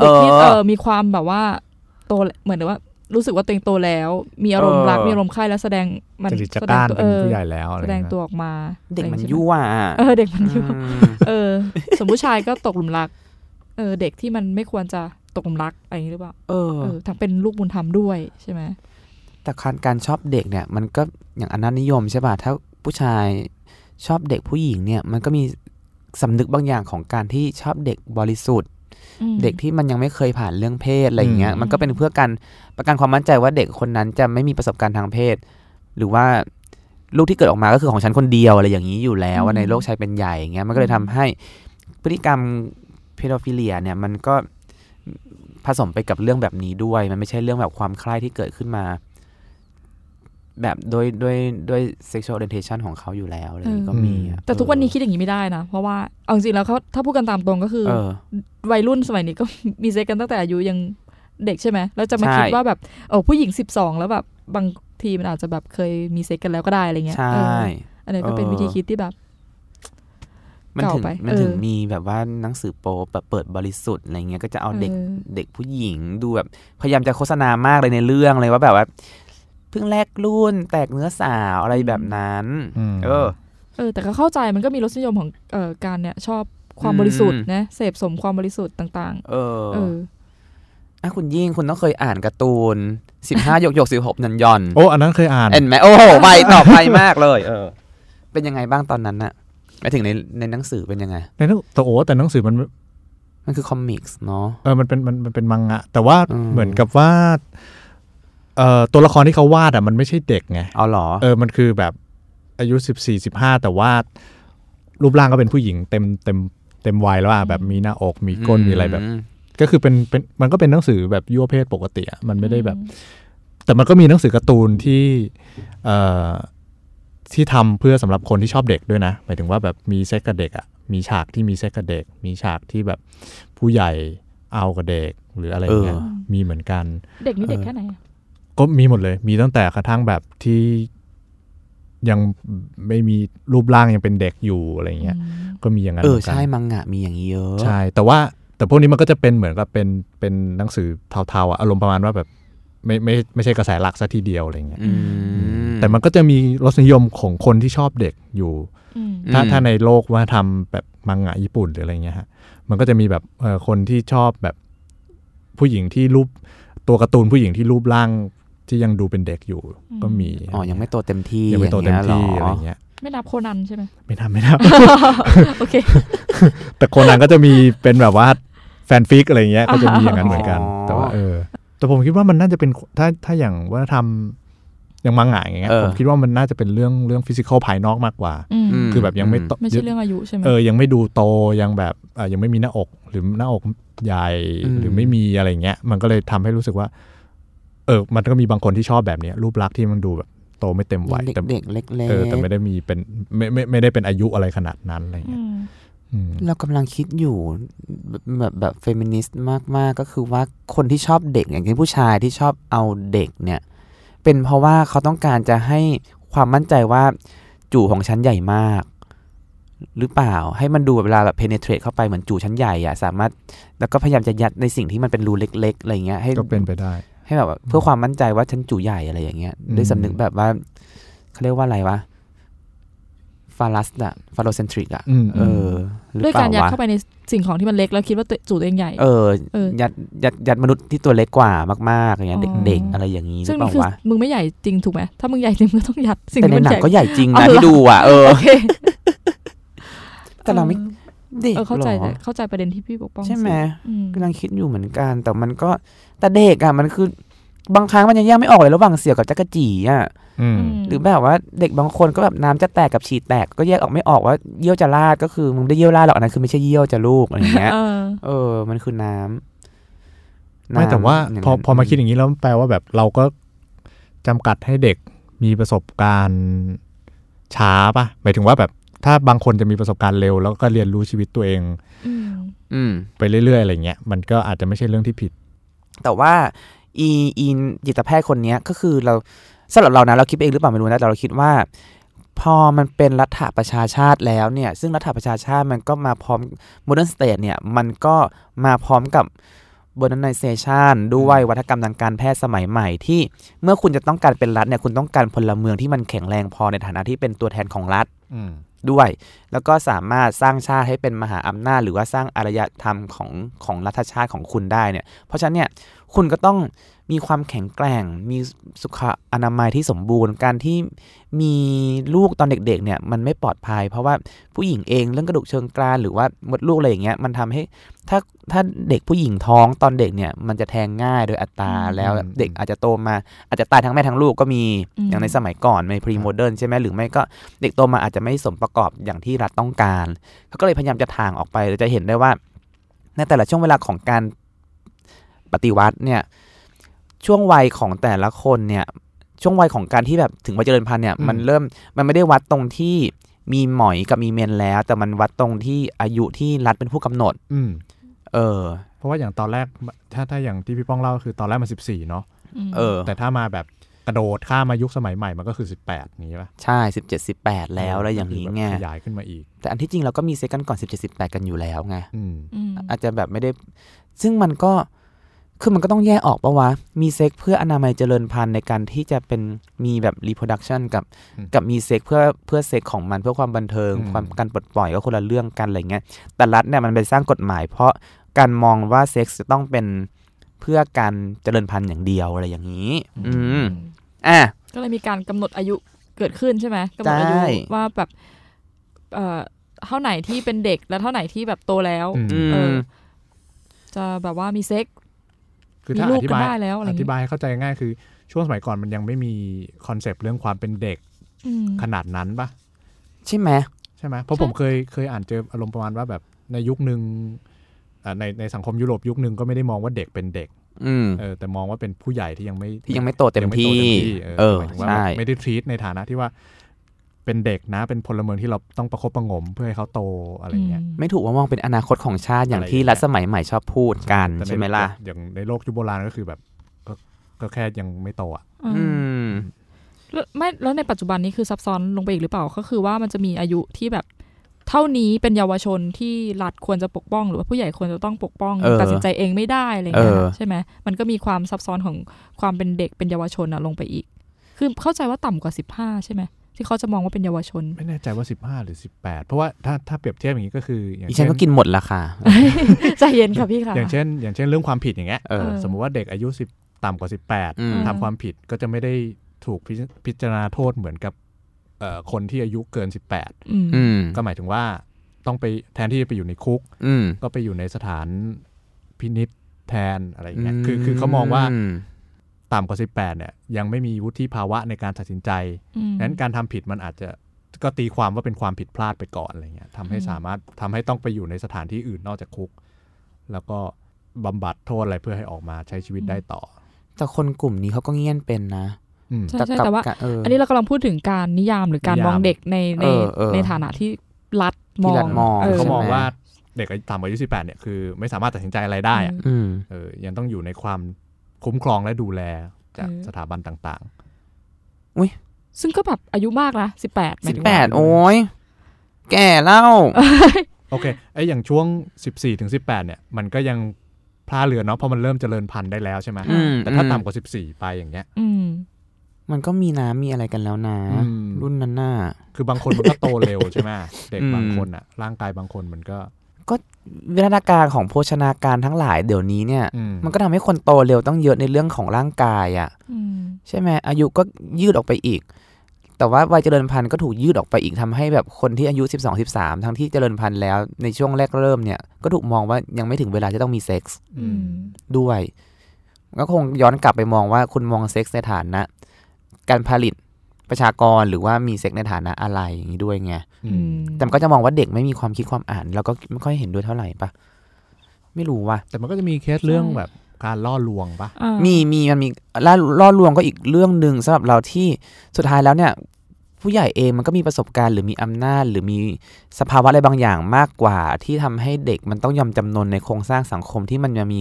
[SPEAKER 5] เอ
[SPEAKER 4] เด็ก
[SPEAKER 5] อ
[SPEAKER 4] ที่เออมีความแบบว่าโตเหมือนว่ารู้สึกว่าตัวเองโตแล้ว มีอารมณ์รัก
[SPEAKER 5] เออ
[SPEAKER 4] มีอารมณ์ใคร่แล้วแสดงมัน
[SPEAKER 2] จริตจัก
[SPEAKER 4] แสดง
[SPEAKER 2] ร้าน
[SPEAKER 4] ตัว
[SPEAKER 2] เป็นผู้ใหญ่แล้วอะไร
[SPEAKER 4] แสดง
[SPEAKER 2] เงี้ย
[SPEAKER 4] ตัวออกมา
[SPEAKER 5] เด็กมัน
[SPEAKER 4] ใช่ไห
[SPEAKER 5] ยั่วอ่ะ
[SPEAKER 4] เออเด็กมันยั่ว
[SPEAKER 5] อืม
[SPEAKER 4] เออ สมผู้ชายก็ตกหลุมรัก เออ เด็กที่มันไม่ควรจะตกหลุมรักอะไรอย่างนี้หรือเปล่า
[SPEAKER 5] เออ
[SPEAKER 4] เออทั้งเป็นลูกบุญธรรมด้วยใช่ไหม
[SPEAKER 5] แต่การการชอบเด็กเนี่ยมันก็อย่างอนานิยมใช่ป่ะถ้าผู้ชายชอบเด็กผู้หญิงเนี่ยมันก็มีสำนึกบางอย่างของการที่ชอบเด็กบริสุทธิ์ เด็กที่มันยังไม่เคยผ่านเรื่องเพศอะไรอย่างเงี้ย
[SPEAKER 2] อืม
[SPEAKER 5] มันก็เป็นเพื่อการประกันความมั่นใจว่าเด็กคนนั้นจะไม่มีประสบการณ์ทางเพศ หรือว่าลูกที่เกิดออกมาก็คือของฉันคนเดียวอะไรอย่างนี้อยู่แล้ว
[SPEAKER 4] อืม
[SPEAKER 5] ในโลกชายเป็นใหญ่อย่างเงี้ยมันก็เลยทำให้พฤติกรรมเพโดฟิเลียเนี่ยมันก็ผสมไปกับเรื่องแบบนี้ด้วย มันไม่ใช่เรื่องแบบความใคร่ที่เกิดขึ้นมา แบบโดยโดยโดย sexual orientation ของเขาอยู่แล้วอะไรอย่างงี้ก็มีอะ
[SPEAKER 4] แต่ทุกวันนี้คิดอย่างนี้ไม่ได้นะ เพราะว่าเอาจริงๆแล้วเขาถ้าพูดกันตามตรงก็คือ
[SPEAKER 5] เออ
[SPEAKER 4] วัยรุ่นสมัยนี้ก็ มีเซ็กกันตั้งแต่อายุยังเด็กใช่ไหมแล้วจะมา
[SPEAKER 5] ใช่
[SPEAKER 4] คิดว่าแบบเออผู้หญิงสิบสองแล้วแบบบางทีมันอาจจะแบบเคยมีเซ็กกันแล้วก็ได้อะไรเงี้ย
[SPEAKER 5] ใช่
[SPEAKER 4] เอออันนี้ก็เป็น
[SPEAKER 5] เออ
[SPEAKER 4] วิธีคิดที่แบบ
[SPEAKER 5] มันถึง
[SPEAKER 4] เก่าไป
[SPEAKER 5] มันถึง
[SPEAKER 4] เออ
[SPEAKER 5] มีแบบว่าหนังสือโป๊แบบเปิดบริสุทธิ์อะไรเงี้ยก็จะเอาเด็ก
[SPEAKER 4] เออ
[SPEAKER 5] เด็กผู้หญิงดูแบบพยายามจะโฆษณามากเลยในเรื่องเลยว่าแบบว่าเพิ่งแลกรุ่นแตกเนื้อสาวอะไรแบบนั้น
[SPEAKER 2] อืม
[SPEAKER 5] เออ
[SPEAKER 4] เออแต่ก็เข้าใจมันก็มีรสนิยมของเอ่อการเนี่ยชอบความ
[SPEAKER 5] อืม
[SPEAKER 4] บริสุทธิ์นะเสพสมความบริสุทธิ์ต่าง
[SPEAKER 5] เออ
[SPEAKER 4] ๆ เออ
[SPEAKER 5] อ่ะคุณยิ่งคุณต้องเคยอ่านการ์ตูน 15หยกหยกสิบหกนันยอน
[SPEAKER 2] โอ้ อันนั้นเคยอ่าน
[SPEAKER 5] เห็นไหมโอ้โหไปต่อไปมากเลย เออ เป็นยังไงบ้างตอนนั้นน่ะไปถึงในในหนังสือเป็นยังไง
[SPEAKER 2] ในหนังแต่โอ้แต่หนังสือมัน
[SPEAKER 5] มันคือคอมิกส์เนาะ
[SPEAKER 2] เออมันเป็นมันมันเป็นมังงะ แต่ว่า
[SPEAKER 5] อืม
[SPEAKER 2] เหมือนกับว่าเอ่อตัวละครที่เขาวาดอ่ะมันไม่ใช่เด็กไง
[SPEAKER 5] เอาเหรอ
[SPEAKER 2] เออมันคือแบบอายุสิบสี่สิบห้าแต่ว่ารูปร่างก็เป็นผู้หญิงเต็มเต็มเต็มวัยแล้วอ่ะแบบมีหน้าอกมีก้นมีอะไรแบบ
[SPEAKER 5] ม
[SPEAKER 2] ก็คือเป็นเป็นมันก็เป็นหนังสือแบบยั่วเพศปกติอะมันไม่ได้แบบ แต่มันก็มีหนังสือการ์ตูนที่เอ่อที่ทำเพื่อสำหรับคนที่ชอบเด็กด้วยนะ หมายถึงว่าแบบมีเซ็กกับเด็กอะมีฉากที่มีเซ็กกับเด็ก มีฉากที่แบบผู้ใหญ่ เอากับเด็กหรืออะไรเงี้ย
[SPEAKER 5] เออ
[SPEAKER 2] มีเหมือนกัน
[SPEAKER 4] เด็กนี่เด็กแค่ไหนอะ
[SPEAKER 2] ก็มีหมดเลย มีตั้งแต่กระทั่งแบบที่ยังไม่มีรูปร่างยังเป็นเด็กอยู่อะไรเงี้ย
[SPEAKER 4] อืม
[SPEAKER 2] ก็มีอย่างนั้น
[SPEAKER 5] เออ
[SPEAKER 2] หมืนกัน
[SPEAKER 5] ใช่มังงะมีอย่างนี้เยอะ
[SPEAKER 2] ใช่ แต่ว่าแต่พวกนี้มันก็จะเป็นเหมือนกับเป็นเป็นหนังสือเทาๆอะอารมณ์ประมาณว่าแบบไม่ไม่ไม่ใช่กระแสหลักซะทีเดียวอะไรเงี้ย
[SPEAKER 5] อืม
[SPEAKER 2] แต่มันก็จะมีรสนิยมของคนที่ชอบเด็กอยู่
[SPEAKER 4] อืม
[SPEAKER 2] ถ้า
[SPEAKER 5] อืม
[SPEAKER 2] ถ้าในโลกว่าทำแบบมังงะญี่ปุ่นหรืออะไรเงี้ยฮะ มันก็จะมีแบบเอ่อคนที่ชอบแบบผู้หญิงที่รูปตัวการ์ตูนผู้หญิงที่รูปร่างที่ยังดูเป็นเด็กอยู่
[SPEAKER 4] อืม
[SPEAKER 2] ก็มี
[SPEAKER 5] อ๋อยังไม่โตเต็มที่
[SPEAKER 2] ยังไม่โตเต็มที่
[SPEAKER 5] ย่างงี้ยห
[SPEAKER 2] อะไรเงี้ย
[SPEAKER 4] ไม่นับโคนันใช่ไหม
[SPEAKER 2] ไม่ทำไม่ท
[SPEAKER 4] โอเค
[SPEAKER 2] ำ แต่คนนั้นก็จะมีเป็นแบบว่าแฟนฟิกอะไรเงี้ย ก็จะมีอย่างนั้นเหมือนกัน แต่ว่าเออ แต่ผมคิดว่ามันน่าจะเป็นถ้าถ้าอย่างว่าทำอย่างมังงะอย่างเงี้ย ผมคิดว่ามันน่าจะเป็นเรื่องเรื่องฟิสิกอลภายนอกมากกว่า
[SPEAKER 4] อืม
[SPEAKER 2] คือแบบยังไม่โต
[SPEAKER 4] ไม่ใช่เรื่องอายุใช่ไหม
[SPEAKER 2] เออ ยังไม่ดูโต ยังแบบเอ่อยังไม่มีหน้าอกหรือหน้าอกใหญ่
[SPEAKER 5] อืม
[SPEAKER 2] หรือไม่มีอะไรเงี้ย มันก็เลยทำให้รู้สึกว่า เออ มันก็มีบางคนที่ชอบแบบเนี้ยรูปลักษณ์ที่มันดูแบบโตไม่เต็มวัยแต่
[SPEAKER 5] เด็กๆเล็กๆ
[SPEAKER 2] เออแต่ไม่ได้มีเป็นไม่ไม่ไม่ได้เป็นอายุอะไรขนาดนั้นอะไร
[SPEAKER 4] อื
[SPEAKER 2] เงี้ย
[SPEAKER 4] ม
[SPEAKER 2] อืม
[SPEAKER 5] เรากำลังคิดอยู่แบบแบบเฟมินิสต์มากๆ ก็คือว่าคนที่ชอบเด็กอย่างเช่นผู้ชายที่ชอบเอาเด็กเนี่ย เป็นเพราะว่าเขาต้องการจะให้ความมั่นใจว่าจู่ของฉันใหญ่มาก หรือเปล่าให้มันดูแบบเวลาแบบ penetrate เข้าไปเหมือนจู่ชั้นใหญ่อะสามารถแล้วก็พยายามจะยัดในสิ่งที่มันเป็นรูเล็กๆอะไรเงี้ยให้
[SPEAKER 2] ก็เป็นไปได้
[SPEAKER 5] ให้แบบว่าเพื่อความมั่นใจว่าฉันจู่ใหญ่อะไรอย่างเงี้ย
[SPEAKER 2] อืม
[SPEAKER 5] ด้วยสำนึกแบบว่าเขาเรียกว่าอะไรวะฟาลัสอะฟาโลเซนทริกอะ
[SPEAKER 2] อืม
[SPEAKER 5] เออหรือ
[SPEAKER 4] ด้วย
[SPEAKER 5] เป
[SPEAKER 4] กา
[SPEAKER 5] ล่าร
[SPEAKER 4] ยัด
[SPEAKER 5] วะ
[SPEAKER 4] เข้าไปในสิ่งของที่มันเล็กแล้วคิดว่าตัวจูตัวเองใหญ่
[SPEAKER 5] เออ
[SPEAKER 4] เออ
[SPEAKER 5] ยัดยัดยัดมนุษย์ที่ตัวเล็กกว่ามากๆอย่างเงี้ย
[SPEAKER 4] อ๋อ
[SPEAKER 5] เด็กๆอะไรอย่างงี้หรือ
[SPEAKER 4] ซึ่
[SPEAKER 5] ง เป
[SPEAKER 4] นี่
[SPEAKER 5] ล่า
[SPEAKER 4] คือ
[SPEAKER 5] วะ
[SPEAKER 4] มึงไม่ใหญ่จริงถูกไหมถ้ามึงใหญ่จริงมึงก็ต้องยัดสิ่ง
[SPEAKER 5] แต่
[SPEAKER 4] ที่
[SPEAKER 5] ใน
[SPEAKER 4] มัน
[SPEAKER 5] หนั
[SPEAKER 4] ให
[SPEAKER 5] ง
[SPEAKER 4] ญ่
[SPEAKER 5] ก็ใหญ่จริง
[SPEAKER 4] เอา
[SPEAKER 5] นะ
[SPEAKER 4] เหรอ
[SPEAKER 5] ที่ดูอะเออ
[SPEAKER 4] โอเค
[SPEAKER 5] แต่เราไม่เด็ก
[SPEAKER 4] เออเข้าใจ
[SPEAKER 5] หรอ
[SPEAKER 4] แต่เข้าใจประเด็นที่พี่ปกป้อง
[SPEAKER 5] ใช่ไหม
[SPEAKER 4] อืม
[SPEAKER 5] กำลังคิดอยู่เหมือนกัน แต่มันก็แต่เด็กอะมันคือบางครั้งมันยังแยกไม่ออกเลยระหว่างเสี่ยวกับจักรจีอะ
[SPEAKER 2] อืม
[SPEAKER 4] ม
[SPEAKER 5] หรือแบบว่าเด็กบางคนก็แบบน้ำจะแตกกับฉี่แตกก็แยกออกไม่ออกว่าเยี่ยวจะลาดก็คือมึงไม่ได้เยี่ยวลาดหรอกอันนั้นคือไม่ใช่เยี่ยวจะลูกอะไรอย่างเงี้ย
[SPEAKER 4] เออ
[SPEAKER 5] เออ มันคือน้ำ
[SPEAKER 2] ไม่แต่ว่า
[SPEAKER 5] น้ำย่ง
[SPEAKER 2] พอ
[SPEAKER 5] นั้น
[SPEAKER 2] พอมาคิดอย่างนี้แล้วแปลว่าแบบเราก็จำกัดให้เด็กมีประสบการณ์ช้าปะหมายถึงว่าแบบถ้าบางคนจะมีประสบการณ์เร็ว แล้วก็เรียนรู้ชีวิตตัวเอง
[SPEAKER 4] อืม
[SPEAKER 5] อืม
[SPEAKER 2] ไปเรื่อยๆอะไรเงี้ยมันก็อาจจะไม่ใช่เรื่องที่ผิด
[SPEAKER 5] แต่ว่าอีอีจิตแพทย์คนเนี้ยก็คือเราสำหรับเรานะเราคิดเองหรือเปล่าไม่รู้นะแต่เราคิดว่า พอมันเป็นรัฐประชาชาติแล้วเนี่ย ซึ่งรัฐประชาชาติมันก็มาพร้อมโมเดิร์นสเตทเนี่ยมันก็มาพร้อมกับ b บ r n i z a t i o n ด้วยวัฒกรรมทางการแพทย์สมัยใหม่ที่ เมื่อคุณจะต้องการเป็นรัฐเนี่ยคุณต้องการพลเมืองที่มันแข็งแรงพอในฐานะที่เป็นตัวแทนของรัฐ ด้วย แล้วก็สามารถสร้างชาติให้เป็นมหาอำนาจ หรือว่าสร้างอารยธรรมของของรัฐชาติของคุณได้เนี่ย เพราะฉะนั้นเนี่ยคุณก็ต้องมีความแข็งแกร่ง มีสุขอนามัยที่สมบูรณ์ การที่มีลูกตอนเด็กๆเนี่ยมันไม่ปลอดภัย เพราะว่าผู้หญิงเองเรื่องกระดูกเชิงกรานหรือว่ามดลูกอะไรอย่างเงี้ยมันทำให้ถ้าถ้าเด็กผู้หญิงท้องตอนเด็กเนี่ยมันจะแทงง่ายโดยอัตรา
[SPEAKER 4] อืม
[SPEAKER 5] แล้ว
[SPEAKER 2] อืม
[SPEAKER 5] เด็กอาจจะโตมาอาจจะตายทั้งแม่ทั้งลูกก็มี
[SPEAKER 4] อืม
[SPEAKER 5] อย่างในสมัยก่อนในพรีโมเดิร์นใช่ไหมหรือไม่ก็ เด็กโตมาอาจจะไม่สมประกอบอย่างที่รัฐต้องการ เขาก็เลยพยายามจะทางออกไปเราจะเห็นได้ว่า ในแต่ละช่วงเวลาของการปฏิวัติเนี่ย ช่วงวัยของแต่ละคนเนี่ย ช่วงวัยของการที่แบบถึงวัยเจริญพันธุ์เนี่ย
[SPEAKER 2] อืม
[SPEAKER 5] มันเริ่มมันไม่ได้วัดตรงที่มีหมอยกับมีเมนแล้ว แต่มันวัดตรงที่อายุที่รัฐเป็นผู้กำหนด
[SPEAKER 2] อืม
[SPEAKER 5] เออ
[SPEAKER 2] เพราะว่าอย่างตอนแรกถ้าถ้าอย่างที่พี่ป้องเล่าคือตอนแรกมันสิบสี่เนาะ
[SPEAKER 4] ม
[SPEAKER 5] เออ
[SPEAKER 2] แต่ถ้ามาแบบกระโดดข้ามมายุคสมัยใหม่มันก็คือสิบแปดนี้ป่ะ
[SPEAKER 5] ใช่สิบเจ็ดสิบแปดแล้วแล้วอย่างนี้ไง
[SPEAKER 2] ก็คือแบบขยายขึ้นมาอีก
[SPEAKER 5] แต่อันที่จริงเราก็มีเซกันก่อนสิบเจ็ดสิบแปดกันอยู่แล้วไง
[SPEAKER 2] อืม
[SPEAKER 4] อืม
[SPEAKER 5] อาจจะแบบไม่ได้ ซึ่งมันก็ คือมันก็ต้องแยกออกปะวะ มีเซ็กเพื่ออนามัยเจริญพันธุ์ในการที่จะเป็นมีแบบรี r o d ดักชันกับ
[SPEAKER 2] อืม
[SPEAKER 5] กับมีเซ็กเพื่อเพื่อเซ็กของมันเพื่อความบันเทิง
[SPEAKER 2] อืม
[SPEAKER 5] ความการปลดปล่อยก็คนละเรื่องกันอะไรเงี้ย แต่รัฐเนี่ยมันไปสร้างกฎหมาย เพราะการมองว่าเซ็กซ์จะต้องเป็นเพื่อการเจริญพันธุ์อย่างเดียวอะไรอย่างนี้ อืม อ่ะ
[SPEAKER 4] ก็เลยมีการกำหนดอายุเกิดขึ้นใช่ไหมกำหนดอายุ
[SPEAKER 5] ใช่
[SPEAKER 4] ว่าแบบเอ่อเท่าไหนที่เป็นเด็กและเท่าไหนที่แบบโตแล้ว
[SPEAKER 5] อื
[SPEAKER 4] เอ
[SPEAKER 5] ม
[SPEAKER 4] อ จะแบบว่ามีเซ็ก
[SPEAKER 2] คือถ้า
[SPEAKER 4] มีลู
[SPEAKER 2] อก ธิบาย
[SPEAKER 4] กันได้แล้วอะไรอ
[SPEAKER 2] อย่าง
[SPEAKER 4] งี้
[SPEAKER 2] ธิบายให้เข้าใจง่ายคือช่วงสมัยก่อนมันยังไม่มีคอนเซปต์เรื่องความเป็นเด็ก
[SPEAKER 4] อืม
[SPEAKER 2] ขนาดนั้นป่ะ
[SPEAKER 5] ใช่ไหม
[SPEAKER 2] ใช่ไหมเพราะ
[SPEAKER 4] ใช่
[SPEAKER 2] ผมเคยเคยอ่านเจออารมณ์ประมาณว่าแบบในยุคหนึ่งอ่าในในสังคมยุโรปยุคหนึ่งก็ไม่ได้มองว่าเด็กเป็นเด็ก
[SPEAKER 5] อืม
[SPEAKER 2] เออแต่มองว่าเป็นผู้ใหญ่ที่ยังไม่
[SPEAKER 5] ที่ยังไม่โตเต็ม
[SPEAKER 2] ยังไโ
[SPEAKER 5] ที่
[SPEAKER 2] เออ
[SPEAKER 5] เออ
[SPEAKER 2] หมายถึงว่า
[SPEAKER 5] ใช่
[SPEAKER 2] ไม่ได้ทรีตในฐานะที่ว่า เป็นเด็กนะ เป็นพลเมืองที่เราต้องประคบประหงมเพื่อให้เขาโตอะไรเงี้ย
[SPEAKER 5] ไม่ถูกว่ามองเป็นอนาคตของชาติอย่าง
[SPEAKER 2] อะไร
[SPEAKER 5] ที่
[SPEAKER 2] อย่างเงี้
[SPEAKER 5] รั
[SPEAKER 2] ย
[SPEAKER 5] ฐสมัยใหม่ชอบพูดกัน
[SPEAKER 2] แต่น
[SPEAKER 5] ใช่ไหมล่ะ
[SPEAKER 2] อย่างในโลกยุคโบราณก็คือแบบก็ก็แค่ยังไม่โตอ่ะ
[SPEAKER 4] อืม
[SPEAKER 5] อืม
[SPEAKER 4] แล้วไม่แล้วในปัจจุบันนี้คือซับซ้อนลงไปอีกหรือเปล่าก็คือว่ามันจะมีอายุที่แบบ เท่านี้เป็นเยาวชนที่รัฐควรจะปกป้อง หรือว่าผู้ใหญ่ควรจะต้องปกป้อง
[SPEAKER 5] เออ
[SPEAKER 4] ตัดสินใจเองไม่ได้อะไรเงี้ย
[SPEAKER 5] เออ
[SPEAKER 4] ใช่ไหมมันก็มีความซับซ้อนของความเป็นเด็กเป็นเยาวชนอะลงไปอีก คือเข้าใจว่าต่ำกว่าสิบห้าใช่ไหมที่เขาจะมองว่าเป็นเยาวชน
[SPEAKER 2] ไม่แน่ใจว่า 15 หรือ 18 เพราะว่าถ้าถ้าเปรียบเทียบอย่างนี้ก็คืออย่าง
[SPEAKER 5] อีฉันก็กินหมดละค่ะ
[SPEAKER 4] ใจเย็นค่ะพี่ค่ะ
[SPEAKER 2] อย่างเช่น อย่างเช่นเรื่องความผิดอย่างเงี้ย
[SPEAKER 5] เออ
[SPEAKER 2] สมมุติว่าเด็กอายุ 10 ต่ำกว่า
[SPEAKER 5] อืม
[SPEAKER 2] 18ทำความผิดก็จะไม่ได้ถูกพิจพิจารณาโทษเหมือนกับเอ่อคนที่อายุเกิน
[SPEAKER 4] อืม
[SPEAKER 5] อืม
[SPEAKER 2] 18 ก็หมายถึงว่าต้องไปแทนที่จะไปอยู่ในคุก
[SPEAKER 5] อืม
[SPEAKER 2] ก็ไปอยู่ในสถานพินิษแทนอะไรอย่างเงี้ยคือคือเขามองว่าต่ำกว่า 18เนี่ยยังไม่มีวุฒิภาวะในการตัดสินใจ
[SPEAKER 4] อืม
[SPEAKER 2] นั้นการทำผิดมันอาจจะก็ตีความว่าเป็นความผิดพลาดไปก่อนอะไรเงี้ยทำให้
[SPEAKER 4] อืม
[SPEAKER 2] สามารถทำให้ต้องไปอยู่ในสถานที่อื่นนอกจากคุก แล้วก็บำบัดโทษอะไรเพื่อให้ออกมาใช้ชีวิตได้ต่อ
[SPEAKER 5] แต่คนกลุ่มนี้เขาก็เงียนเป็นนะ
[SPEAKER 2] อืม
[SPEAKER 4] ใช่ใช่แต่ว่า
[SPEAKER 5] กับเ
[SPEAKER 4] อันนี้เรากำลังพูดถึงการนิยามหรือการ
[SPEAKER 2] นิยาม
[SPEAKER 4] มองเด็กในใน
[SPEAKER 5] เออเออ
[SPEAKER 4] ในฐานะที่รัฐม
[SPEAKER 5] ที่
[SPEAKER 4] อง
[SPEAKER 5] รัฐมอง
[SPEAKER 4] เ
[SPEAKER 2] เขามอง
[SPEAKER 5] ใช่ไหม
[SPEAKER 2] ว่าเด็กอายุต่ำกว่าอายุ18เนี่ยคือไม่สามารถตัดสินใจอะไรได้อะ
[SPEAKER 5] อืม
[SPEAKER 2] เออยังต้องอยู่ในความคุ้มครองและดูแลจาก
[SPEAKER 4] เออ
[SPEAKER 2] สถาบันต่าง
[SPEAKER 4] ซึ่งก็แบบอายุมากนะสิบแปด
[SPEAKER 5] สิบแปดโอ้ยแก่เล่า
[SPEAKER 2] ๆ โอเคไอ้อย่างช่วง 14ถึง18เนี่ยมันก็ยังพลาดเรือเนาะเพราะมันเริ่มเจริญพันธุ์ได้แล้วใช่ไหม
[SPEAKER 4] อื
[SPEAKER 5] ม
[SPEAKER 2] แต่ถ้าต่ำกว่า 14 ไปอย่างเงี้ย
[SPEAKER 4] อืม
[SPEAKER 5] มันก็มีน้ำมีอะไรกันแล้วนะ
[SPEAKER 2] อืม
[SPEAKER 5] รุ่นนั้นน่ะ
[SPEAKER 2] คือบางคนมันก็โตเร็วใช่ไหม เด็กบาง
[SPEAKER 5] อืม
[SPEAKER 2] คนอ่ะ ร่างกายบางคนมันก็
[SPEAKER 5] วิวัฒนาการของโภชนาการทั้งหลายเดี๋ยวนี้เนี่ย
[SPEAKER 2] อืม
[SPEAKER 5] มันก็ทำให้คนโตเร็วต้องเยอะในเรื่องของร่างกายอะ่ะ
[SPEAKER 4] อืม
[SPEAKER 5] ใช่ไหมอายุก็ยืดออกไปอีก แต่ว่าวัยเจริญพันธุ์ก็ถูกยืดออกไปอีกทำให้แบบคนที่อายุ 12 13 ทั้งที่เจริญพันธุ์แล้วในช่วงแรกเริ่มเนี่ยก็ถูกมองว่ายังไม่ถึงเวลาจะต้องมีเซ็กส์
[SPEAKER 2] อืม
[SPEAKER 5] ด้วยก็คงย้อนกลับไปมองว่าคุณมองเซ็กส์ในฐานะ การผลิตประชากรหรือว่ามีเซ็กส์ในฐานะอะไรอย่างนี้ด้วยไง
[SPEAKER 2] อืม
[SPEAKER 5] แต่มันก็จะมองว่าเด็กไม่มีความคิดความอ่าน แล้วก็ไม่ค่อยเห็นด้วยเท่าไหร่ปะไม่รู้ว่ะ
[SPEAKER 2] แต่มันก็จะมีเคสเรื่อง
[SPEAKER 4] ใช่
[SPEAKER 2] แบบการล่อลวงปะ
[SPEAKER 4] อ่า
[SPEAKER 5] มีมีมันมีล่าล่อลวงก็อีกเรื่องหนึ่งสำหรับเราที่สุดท้ายแล้วเนี่ย ผู้ใหญ่เองมันก็มีประสบการณ์หรือมีอำนาจ หรือมีสภาวะอะไรบางอย่างมากกว่า ที่ทำให้เด็กมันต้องยอมจำนนในโครงสร้างสังคมที่มันยังมี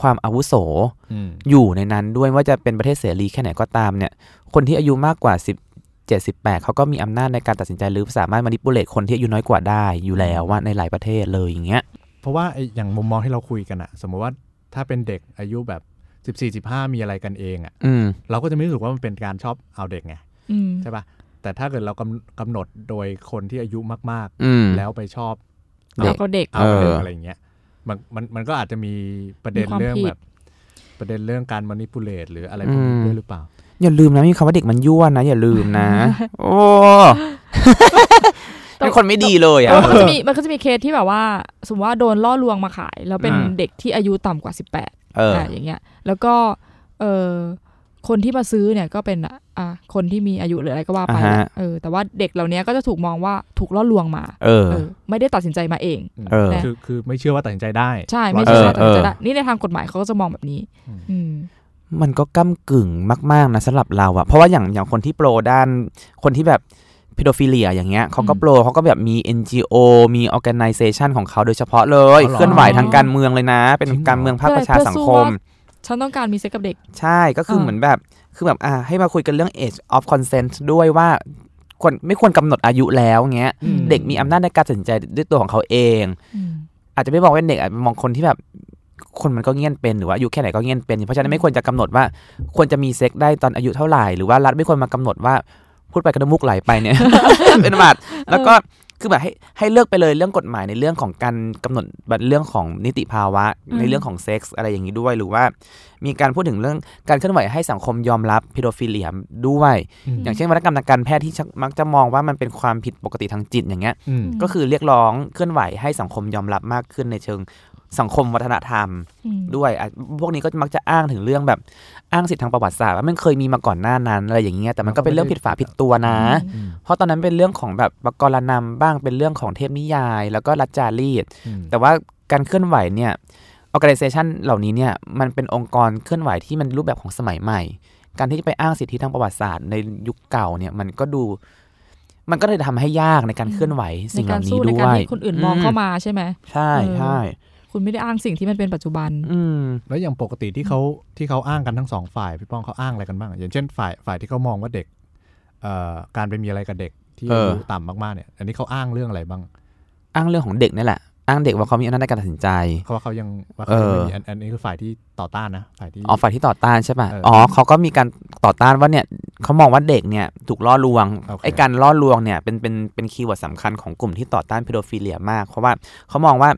[SPEAKER 5] ความอาวุโส
[SPEAKER 2] อืม
[SPEAKER 5] อยู่ในนั้นด้วยว่าจะเป็นประเทศเสรีแค่ไหนก็ตามเนี่ย คนที่อายุมากกว่า 10 78เขาก็มีอำนาจในการตัดสินใจหรือสามารถมานิปุเลตคนที่อายุน้อยกว่าได้อยู่แล้วว่าในหลายประเทศเลยอย่างเงี้ย
[SPEAKER 2] เพราะว่าไอ้อย่างมุมมองที่เราคุยกันอะสมมติว่าถ้าเป็นเด็กอายุแบบ 14 15 มีอะไรกันเองอะ
[SPEAKER 5] อืม
[SPEAKER 2] เราก็จะไม่รู้สึกว่ามันเป็นการชอบเอาเด็กไง
[SPEAKER 4] อืม
[SPEAKER 2] ใช่ปะแต่ถ้าเกิดเรากำกำหนดโดยคนที่อายุมาก
[SPEAKER 5] อืม
[SPEAKER 2] ๆ แล้วไปชอบ
[SPEAKER 5] เด็
[SPEAKER 4] เอา
[SPEAKER 5] ก
[SPEAKER 4] ก็เด็ก
[SPEAKER 2] เอาเด็ก
[SPEAKER 5] เอออ
[SPEAKER 2] อะไรอย่างเงี้ยมันมันมันก็อาจจะมีประเด็น
[SPEAKER 4] มีความ
[SPEAKER 2] เรื่อง
[SPEAKER 4] ผิด
[SPEAKER 2] แบบ ประเด็นเรื่องการมานิปูเลตหรืออะไรพวกนี้ด้วยหรือเปล่า
[SPEAKER 5] อย่าลืมนะมีคำว่าเด็กมันยั่วนะ อย่าลืม นะ โอ้เป็นคนไม่ดีเลยอ่ะ
[SPEAKER 4] มันก็จะมีมันก็จะมีเคสที่แบบว่า สมมติว่าโดนล่อลวงมาขาย แล้วเป็น
[SPEAKER 5] อืม
[SPEAKER 4] เด็กที่อายุต่ำกว่าสิบแปด
[SPEAKER 5] เออ
[SPEAKER 4] อ่าอย่างเงี้ย แล้วก็เออคนที่มาซื้อเนี่ยก็เป็นอ่ะอ่ะคนที่มีอายุหรืออะไรก็ว่าไป
[SPEAKER 5] อ่าฮะ
[SPEAKER 4] เออแต่ว่าเด็กเหล่านี้ก็จะถูกมองว่าถูกล่อลวงมา
[SPEAKER 5] เออ
[SPEAKER 4] เออไม่ได้ตัดสินใจมาเอง
[SPEAKER 5] เออ
[SPEAKER 2] คือคือไม่เชื่อว่าตัดสินใจได้
[SPEAKER 4] ใช่ไม่
[SPEAKER 2] ร้
[SPEAKER 4] ใช่
[SPEAKER 2] อย
[SPEAKER 4] ใช่
[SPEAKER 2] เปอร์
[SPEAKER 5] เออ
[SPEAKER 2] เซ็นต์
[SPEAKER 4] แต่จะได้นี่ในทางกฎหมายเขาก็จะมองแบบนี้
[SPEAKER 2] อืม
[SPEAKER 4] อืม
[SPEAKER 5] มันก็ก้ากึ่งมากๆนะสำหรับเราอะเพราะว่าอย่างอย่างคนที่โปรด้านคนที่แบบพิโดฟิเลียอย่างเงี้ยเขาก็
[SPEAKER 4] อืม
[SPEAKER 5] โปรเขาก็แบบมี NGO มี organization ของเขาโดยเฉพาะเลย
[SPEAKER 2] อ๋อเหรอ
[SPEAKER 5] เคลื่อนไหวทางการเมืองเลยนะ เป็น
[SPEAKER 2] จริงเหรอ
[SPEAKER 5] การเมืองภาคประชา
[SPEAKER 4] เพื่อ
[SPEAKER 5] สัง
[SPEAKER 4] สู้
[SPEAKER 5] คม
[SPEAKER 4] ว่า ฉันต้องการมีเซ็กกับเด็ก
[SPEAKER 5] ใช่ก็คือ
[SPEAKER 4] เออ
[SPEAKER 5] เหมือนแบบคือแบบอ่าให้มาคุยกันเรื่อง age of consent ด้วยว่าควรไม่ควรกำหนดอายุแล้วเงี้ย
[SPEAKER 2] อืม
[SPEAKER 5] เด็กมีอำนาจในการตัดสินใจด้วยตัวของเขาเอง
[SPEAKER 4] อืม
[SPEAKER 5] อาจจะไม่มองเป็นเด็กอาจจะมองคนที่แบบ คนมันก็เงียนเป็นหรือว่าอายุแค่ไหนก็เงียนเป็น เพราะฉะนั้นไม่ควรจะกำหนดว่า ควรจะมีเซ็กได้ตอนอายุเท่าไหร่ หรือว่ารัฐไม่ควรมากำหนดว่าพูดไปกระดมุกไหลไปเนี่ย เป็นบาดแล้วก็คือแบบให้ให้เลือกไปเลยเรื่องกฎหมายในเรื่องของการกำหนดบัตรเรื่องของนิติภาวะ
[SPEAKER 4] อืม
[SPEAKER 5] ในเรื่องของเซ็กส์อะไรอย่างนี้ด้วย หรือว่ามีการพูดถึงเรื่องการเคลื่อนไหวให้สังคมยอมรับพิโดฟิเลียด้วย อย่างเช่นวรรณกรรมทางการแพทย์ที่ชักมักจะมองว่ามันเป็นความผิดปกติทางจิตอย่างเงี้ย
[SPEAKER 2] อืม
[SPEAKER 5] ก็คือเรียกร้องเคลื่อนไหวให้สังคมยอมรับมากขึ้นในเชิงสังคมวัฒนธรรม
[SPEAKER 4] อืม
[SPEAKER 5] ด้วยอ่ะพวกนี้ก็มักจะอ้างถึงเรื่องแบบอ้างสิทธิทางประวัติศาสตร์ว่ามันเคยมีมาก่อนหน้านั้นอะไรอย่างเงี้ยแต่มันก็เป็นเรื่องผิดฝาผิดตัวนะ
[SPEAKER 4] อืม
[SPEAKER 2] อืม
[SPEAKER 5] เพราะตอนนั้นเป็นเรื่องของแบบปกรณำบ้างเป็นเรื่องของเทพนิยาย แล้วก็รัจจารีต
[SPEAKER 2] อืม
[SPEAKER 5] แต่ว่าการเคลื่อนไหวเนี่ย organization เหล่านี้เนี่ยมันเป็นองค์กรเคลื่อนไหวที่มันรูปแบบของสมัยใหม่ การที่จะไปอ้างสิทธิทางประวัติศาสตร์ในยุคเก่าเนี่ยมันก็ดู มันก็เลยทำให้ยากในการเคลื่อนไหวสิ่งเห
[SPEAKER 4] กา
[SPEAKER 5] ล่าร นี้
[SPEAKER 4] สู้ใน
[SPEAKER 5] ด้
[SPEAKER 4] การ
[SPEAKER 5] วย
[SPEAKER 4] ที่คนอื่นมองเข้ามาใช่ไหม
[SPEAKER 5] ใช่
[SPEAKER 4] เออ
[SPEAKER 5] ใช่
[SPEAKER 4] คุณไม่ได้อ้างสิ่งที่มันเป็นปัจจุบัน
[SPEAKER 5] อืม
[SPEAKER 2] แล้วอย่างปกติที่เขาที่เขาอ้างกันทั้งสองฝ่ายพี่ป้องเขาอ้างอะไรกันบ้างอย่างเช่นฝ่ายฝ่ายที่เขามองว่าเด็กเอ่อการไปมีอะไรกับเด็กที่
[SPEAKER 5] เอ
[SPEAKER 2] อา
[SPEAKER 5] ออ
[SPEAKER 2] ยุต่ำมากๆเนี่ย อันนี้เขาอ้างเรื่องอะไรบ้าง
[SPEAKER 5] อ้างเรื่องของเด็กนี่แหละ อ้างเด็กว่าเขามีอำนาจในการตัดสินใจ
[SPEAKER 2] เขาว่าเขายังว่าเขายังไม่มี
[SPEAKER 5] เอออั
[SPEAKER 2] นอันนี้คือฝ่ายที่ต่อต้านนะฝ่ายที่
[SPEAKER 5] อ๋อฝ่ายที่ต่อต้านใช่ป่ะ
[SPEAKER 2] เอออ๋
[SPEAKER 5] อ๋อเขาก็มีการต่อต้านว่าเนี่ยเขามองว่าเด็กเนี่ยถูกล่อลวง
[SPEAKER 2] โอเค
[SPEAKER 5] ไอ้การล่อลวงเนี่ยเป็นเป็นเป็นคีย์เวิร์ดสำคัญของกลุ่มที่ต่อต้านพีโดฟิเลียมาก เพราะว่าเขามองว่า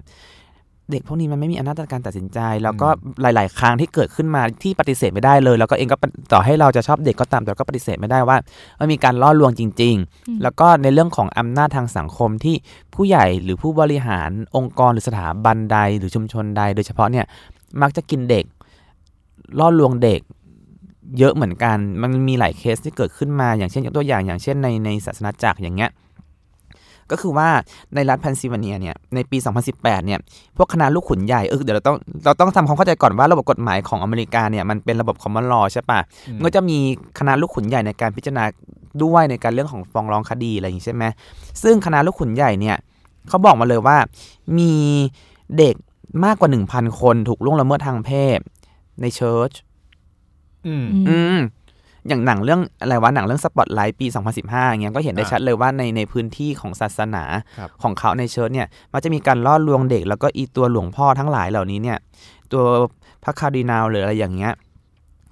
[SPEAKER 5] เด็กพวกนี้มันไม่มีอำนาจในการตัดสินใจ แล้วก็หลาย ๆ ครั้งที่เกิดขึ้นมาที่ปฏิเสธไม่ได้เลย แล้วก็เองก็ปฏิต่อให้เราจะชอบเด็กก็ตามแต่ก็ปฏิเสธไม่ได้ว่ามันมีการล่อลวงจริง
[SPEAKER 4] อืม
[SPEAKER 5] ๆ แล้วก็ในเรื่องของอำนาจทางสังคมที่ผู้ใหญ่หรือผู้บริหารองค์กรหรือสถาบันใดหรือชุมชนใด โดยเฉพาะเนี่ยมักจะกินเด็ก ล่อลวงเด็กเยอะเหมือนกัน มันมีหลายเคสที่เกิดขึ้นมาอย่างเช่นยกตัวอย่างอย่างเช่นในในศาสนาจักรอย่างเงี้ย ก็คือว่าในรัฐเพนซิลเวเนียเนี่ยในปี 2018 เนี่ย พวกคณะลูกขุนใหญ่เออเดี๋ยวเราต้องเราต้องทำความเข้าใจก่อนว่าระบบกฎหมายของอเมริกาเนี่ยมันเป็นระบบคอมมอนลอใช่ปะ
[SPEAKER 2] อืม
[SPEAKER 5] ก็จะมีคณะลูกขุนใหญ่ในการพิจารณาด้วยในการเรื่องของฟ้องร้องคดีอะไรอย่างนี้ใช่ไหมซึ่งคณะลูกขุนใหญ่เนี่ยเขาบอกมาเลยว่ามีเด็กมากกว่า 1,000 คนถูกล่วงละเมิดทางเพศในเชิร์ช
[SPEAKER 2] อืม
[SPEAKER 5] อืมอย่างหนังเรื่องอะไรวะหนังเรื่องสปอตไลท์ปี 2015อย่างเงี้ยก็เห็นได้
[SPEAKER 2] อ่า
[SPEAKER 5] ชัดเลยว่าในในพื้นที่ของศาสนา
[SPEAKER 2] ครับ
[SPEAKER 5] ของเขาในเชิร์ชเนี่ยมันจะมีการล่อลวงเด็ก แล้วก็อีตัวหลวงพ่อทั้งหลายเหล่านี้เนี่ย ตัวพระคาร์ดินาลหรืออะไรอย่างเงี้ย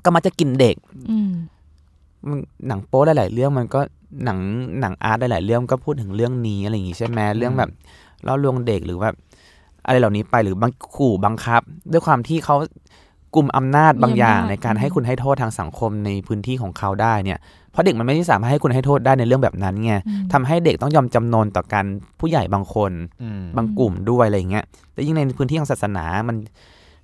[SPEAKER 5] ก็มักจะกินเด็ก
[SPEAKER 4] อืม
[SPEAKER 5] มันหนังโป๊หลาย ๆ เรื่องมันก็หนังหนังอาร์ตหลาย ๆ เรื่องก็พูดถึงเรื่องนี้อะไรอย่างงี้ใช่ไหมเรื่องแบบล่อลวงเด็กหรือแบบอะไรเหล่านี้ไปหรือบังขู่บังคับ ด้วยความที่เขากลุ่มอำนาจบางอย่าง
[SPEAKER 4] มีอำนาจ
[SPEAKER 5] ในการให้คุณให้โทษทางสังคมในพื้นที่ของเขาได้เนี่ยเพราะเด็กมันไม่ได้สามารถให้คุณให้โทษได้ในเรื่องแบบนั้นไงทำให้เด็กต้องยอมจำนนต่อการผู้ใหญ่บางคน
[SPEAKER 2] อืม
[SPEAKER 5] บางกลุ่มด้วยอะไรอย่างเงี้ยแต่ยิ่งในพื้นที่ของศาสนามัน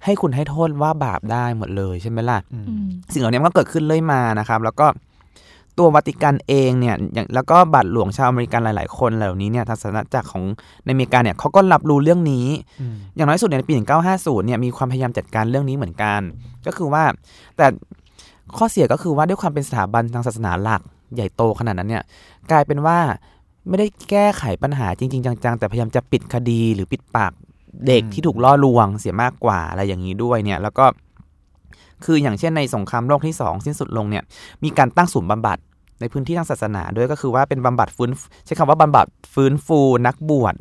[SPEAKER 5] ให้คุณให้โทษว่าบาปได้หมดเลยใช่ไหมล่ะ
[SPEAKER 4] อืม
[SPEAKER 5] สิ่งเหล่านี้มันก็เกิดขึ้นเรื่อยมานะครับ แล้วก็ตัววัติกันเองเนี่ยอย่างแล้วก็บัตรหลวงชาวอเมริกันหลาย ๆ คนเหล่านี้เนี่ยทางศาสนาจักรของในอเมริกาเนี่ยเขาก็รับรู้เรื่องนี้ อย่างน้อยสุดเนี่ยในปี 1950 เนี่ยมีความพยายามจัดการเรื่องนี้เหมือนกัน ก็คือว่าแต่ข้อเสียก็คือว่าด้วยความเป็นสถาบันทางศาสนาหลักใหญ่โตขนาดนั้นเนี่ยกลายเป็นว่าไม่ได้แก้ไขปัญหาจริง ๆ จัง ๆ แต่พยายามจะปิดคดีหรือปิดปากเด็ก
[SPEAKER 2] อืม
[SPEAKER 5] ที่ถูกล่อลวงเสียมากกว่าอะไรอย่างนี้ด้วยเนี่ยแล้วก็คืออย่างเช่นในสงครามโลกที่สองสิ้นสุดลงเนี่ยมีการตั้งศูนย์บำบัดในพื้นที่ทางศาสนาด้วยก็คือว่าเป็นบำบัดฟื้นใช้คำว่าบำบัดฟื้นฟูนักบวช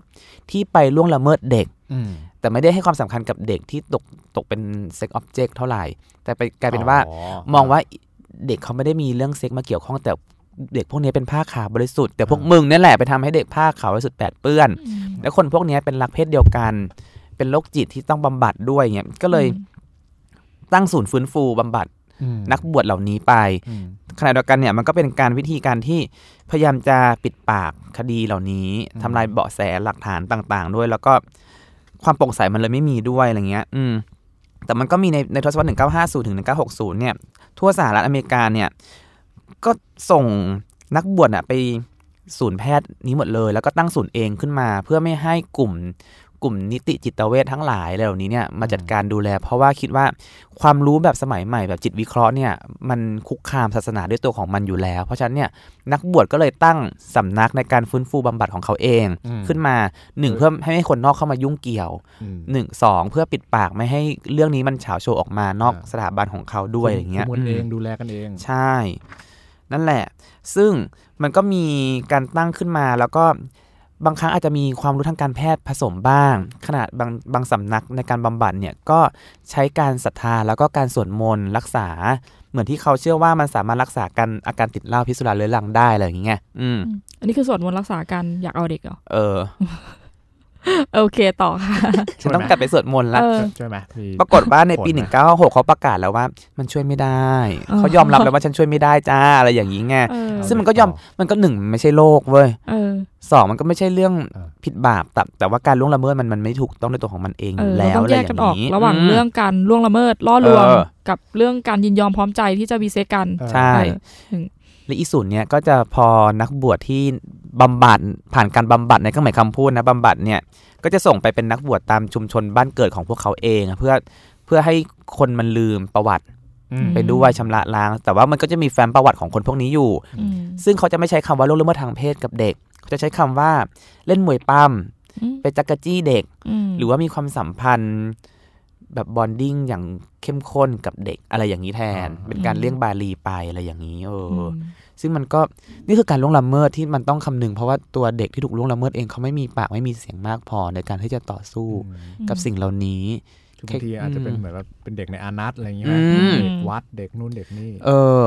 [SPEAKER 5] ที่ไปล่วงละเมิดเด็ก
[SPEAKER 2] อืม
[SPEAKER 5] แต่ไม่ได้ให้ความสำคัญกับเด็กที่ตกตกเป็นเซ็กออบเจกต์เท่าไหร่ แต่ไปกลายเป็นว่า มองว่าเด็กเขาไม่ได้มีเรื่องเซ็กมาเกี่ยวข้องแต่เด็กพวกนี้เป็นผ้าขาวบริสุทธิ์แต่พวกมึงนี่แหละไปทำให้เด็กผ้าขาวบริสุทธิ์แปดเปื้อน แล้วคนพวกนี้เป็นรักเพศเดียวกัน เป็นโรคจิตที่ต้องบำบัดด้วยเงี้ยก็เลยตั้งศูนย์ฟื้นฟูบำบัด
[SPEAKER 2] อืม
[SPEAKER 5] นักบวชเหล่านี้ไป
[SPEAKER 2] อืม
[SPEAKER 5] ขณะเดียวกันเนี่ยมันก็เป็นการวิธีการที่พยายามจะปิดปากคดีเหล่านี้
[SPEAKER 2] อืม
[SPEAKER 5] ทำลายเบาะแสหลักฐานต่าง ๆ ด้วย แล้วก็ความโปร่งใสมันเลยไม่มีด้วยอะไรเงี้ย อืม แต่มันก็มีในในทศวรรษ 1950 ถึง 1960 เนี่ย ทั่วสหรัฐอเมริกาเนี่ย ก็ส่งนักบวชอะไปศูนย์แพทย์นี้หมดเลย แล้วก็ตั้งศูนย์เองขึ้นมา เพื่อไม่ให้กลุ่มกลุ่มนิติจิตเวชทั้งหลายเหล่านี้เนี่ยมาจัดการดูแล เพราะว่าคิดว่าความรู้แบบสมัยใหม่แบบจิตวิเคราะห์เนี่ยมันคุกคามศาสนาด้วยตัวของมันอยู่แล้ว เพราะฉะนั้นเนี่ยนักบวชก็เลยตั้งสำนักในการฟื้นฟูบำบัดของเขาเอง
[SPEAKER 2] อืม
[SPEAKER 5] ขึ้นมาหนึ่งเพื่อให้คนนอกเข้ามายุ่งเกี่ยว
[SPEAKER 2] อืม
[SPEAKER 5] หนึ่งสองเพื่อปิดปากไม่ให้เรื่องนี้มันเฉาโชว์ออกมานอก
[SPEAKER 2] อ่า
[SPEAKER 5] สถาบันของเขาด้วยอย่างเงี้ย
[SPEAKER 2] คุมกันเอง
[SPEAKER 5] อืม
[SPEAKER 2] ดูแลกันเอง
[SPEAKER 5] ใช่ นั่นแหละ ซึ่งมันก็มีการตั้งขึ้นมาแล้วก็บางครั้งอาจจะมีความรู้ทางการแพทย์ผสมบ้าง ขนาดบางบางสำนักในการบำบัดเนี่ยก็ใช้การศรัทธาแล้วก็การสวดมนต์รักษา เหมือนที่เขาเชื่อว่ามันสามารถรักษากันอาการติดเหล้าพิษสุราเรื้อรังได้อะไรอย่างเงี้ยอืม
[SPEAKER 4] อันนี้คือสวดมนต์รักษาการอยากเอาเด็กเหรอ
[SPEAKER 5] เออ
[SPEAKER 4] โอเคต่อค่ะ
[SPEAKER 5] ฉันต้องกลับไปสวดมนต์ละ
[SPEAKER 4] เออ
[SPEAKER 2] ใช่ไหมมี
[SPEAKER 5] ปรากฏว่าในปี
[SPEAKER 2] ผลไหม
[SPEAKER 5] 1996 เขาประกาศแล้วว่า มันช่วยไม่ได้
[SPEAKER 4] เออ
[SPEAKER 5] เขายอมรับแล้วว่าฉันช่วยไม่ได้จ้าอะไรอย่างนี้ไง
[SPEAKER 4] เออ
[SPEAKER 5] ซึ่งมันก็ยอม มันก็หนึ่งมันไม่ใช่โลกเว้ย
[SPEAKER 4] เออ
[SPEAKER 5] สองมันก็ไม่ใช่เรื่อง
[SPEAKER 2] เออ
[SPEAKER 5] ผิดบาปแต่แต่ว่าการล่วงละเมิดมันมันไม่ถูกต้องในตัวของมันเอง
[SPEAKER 4] เอ
[SPEAKER 5] อยู่
[SPEAKER 4] อ
[SPEAKER 5] แล้ว
[SPEAKER 4] เราต้อง
[SPEAKER 5] อะไร
[SPEAKER 4] แย
[SPEAKER 5] อก
[SPEAKER 4] กั
[SPEAKER 5] ย่าน ง
[SPEAKER 4] ออก
[SPEAKER 5] นี้
[SPEAKER 4] ระหว่าง
[SPEAKER 5] ม
[SPEAKER 4] เรื่องการล่วงละเมิดล่อลวง
[SPEAKER 5] เออ
[SPEAKER 4] กับเรื่องการยินยอมพร้อมใจที่จะมีเซ็กกัน
[SPEAKER 2] เออ
[SPEAKER 5] ใช่
[SPEAKER 4] เออถึง
[SPEAKER 5] และอีศูนย์เนี่ยก็จะพอนักบวชที่บำบัดผ่านการบำบัดในเครื่องหมายคำพูดนะบำบัดเนี่ยก็จะส่งไปเป็นนักบวชตามชุมชนบ้านเกิดของพวกเขาเอง เพื่อเพื่อให้คนมันลืมประวัติ
[SPEAKER 2] อืม
[SPEAKER 5] ไปด้วยชำระล้าง แต่ว่ามันก็จะมีแฟ้มประวัติของคนพวกนี้อยู่
[SPEAKER 4] อืม
[SPEAKER 5] ซึ่งเขาจะไม่ใช้คำว่าล่วงละเมิดทางเพศกับเด็ก เขาจะใช้คำว่าเล่นมวยปั้ม
[SPEAKER 4] อืม
[SPEAKER 5] ไปจักกะจี้เด็ก
[SPEAKER 4] ม
[SPEAKER 5] หรือว่ามีความสัมพันธ์ แบบบอนดิ้งอย่างเข้มข้นกับเด็กอะไรอย่างนี้แทน เป็นการเลี่ยงบาลีไปอะไรอย่างนี้เอออ
[SPEAKER 4] ม
[SPEAKER 5] ซึ่งมันก็นี่คือการล่วงละเมิดที่มันต้องคำนึง เพราะว่าตัวเด็กที่ถูกล่วงละเมิดเองเขาไม่มีปากไม่มีเสียงมากพอในการที่จะต่อสู้กับสิ่งเหล่านี้
[SPEAKER 2] คือบางทีอาจจะเป็นเหมือนว่าเป็นเด็กในอานัตอะไรอย่างเงี้ย
[SPEAKER 5] อืม
[SPEAKER 2] เด็กวัดเด็กนู่นเด็กนี่
[SPEAKER 5] เออ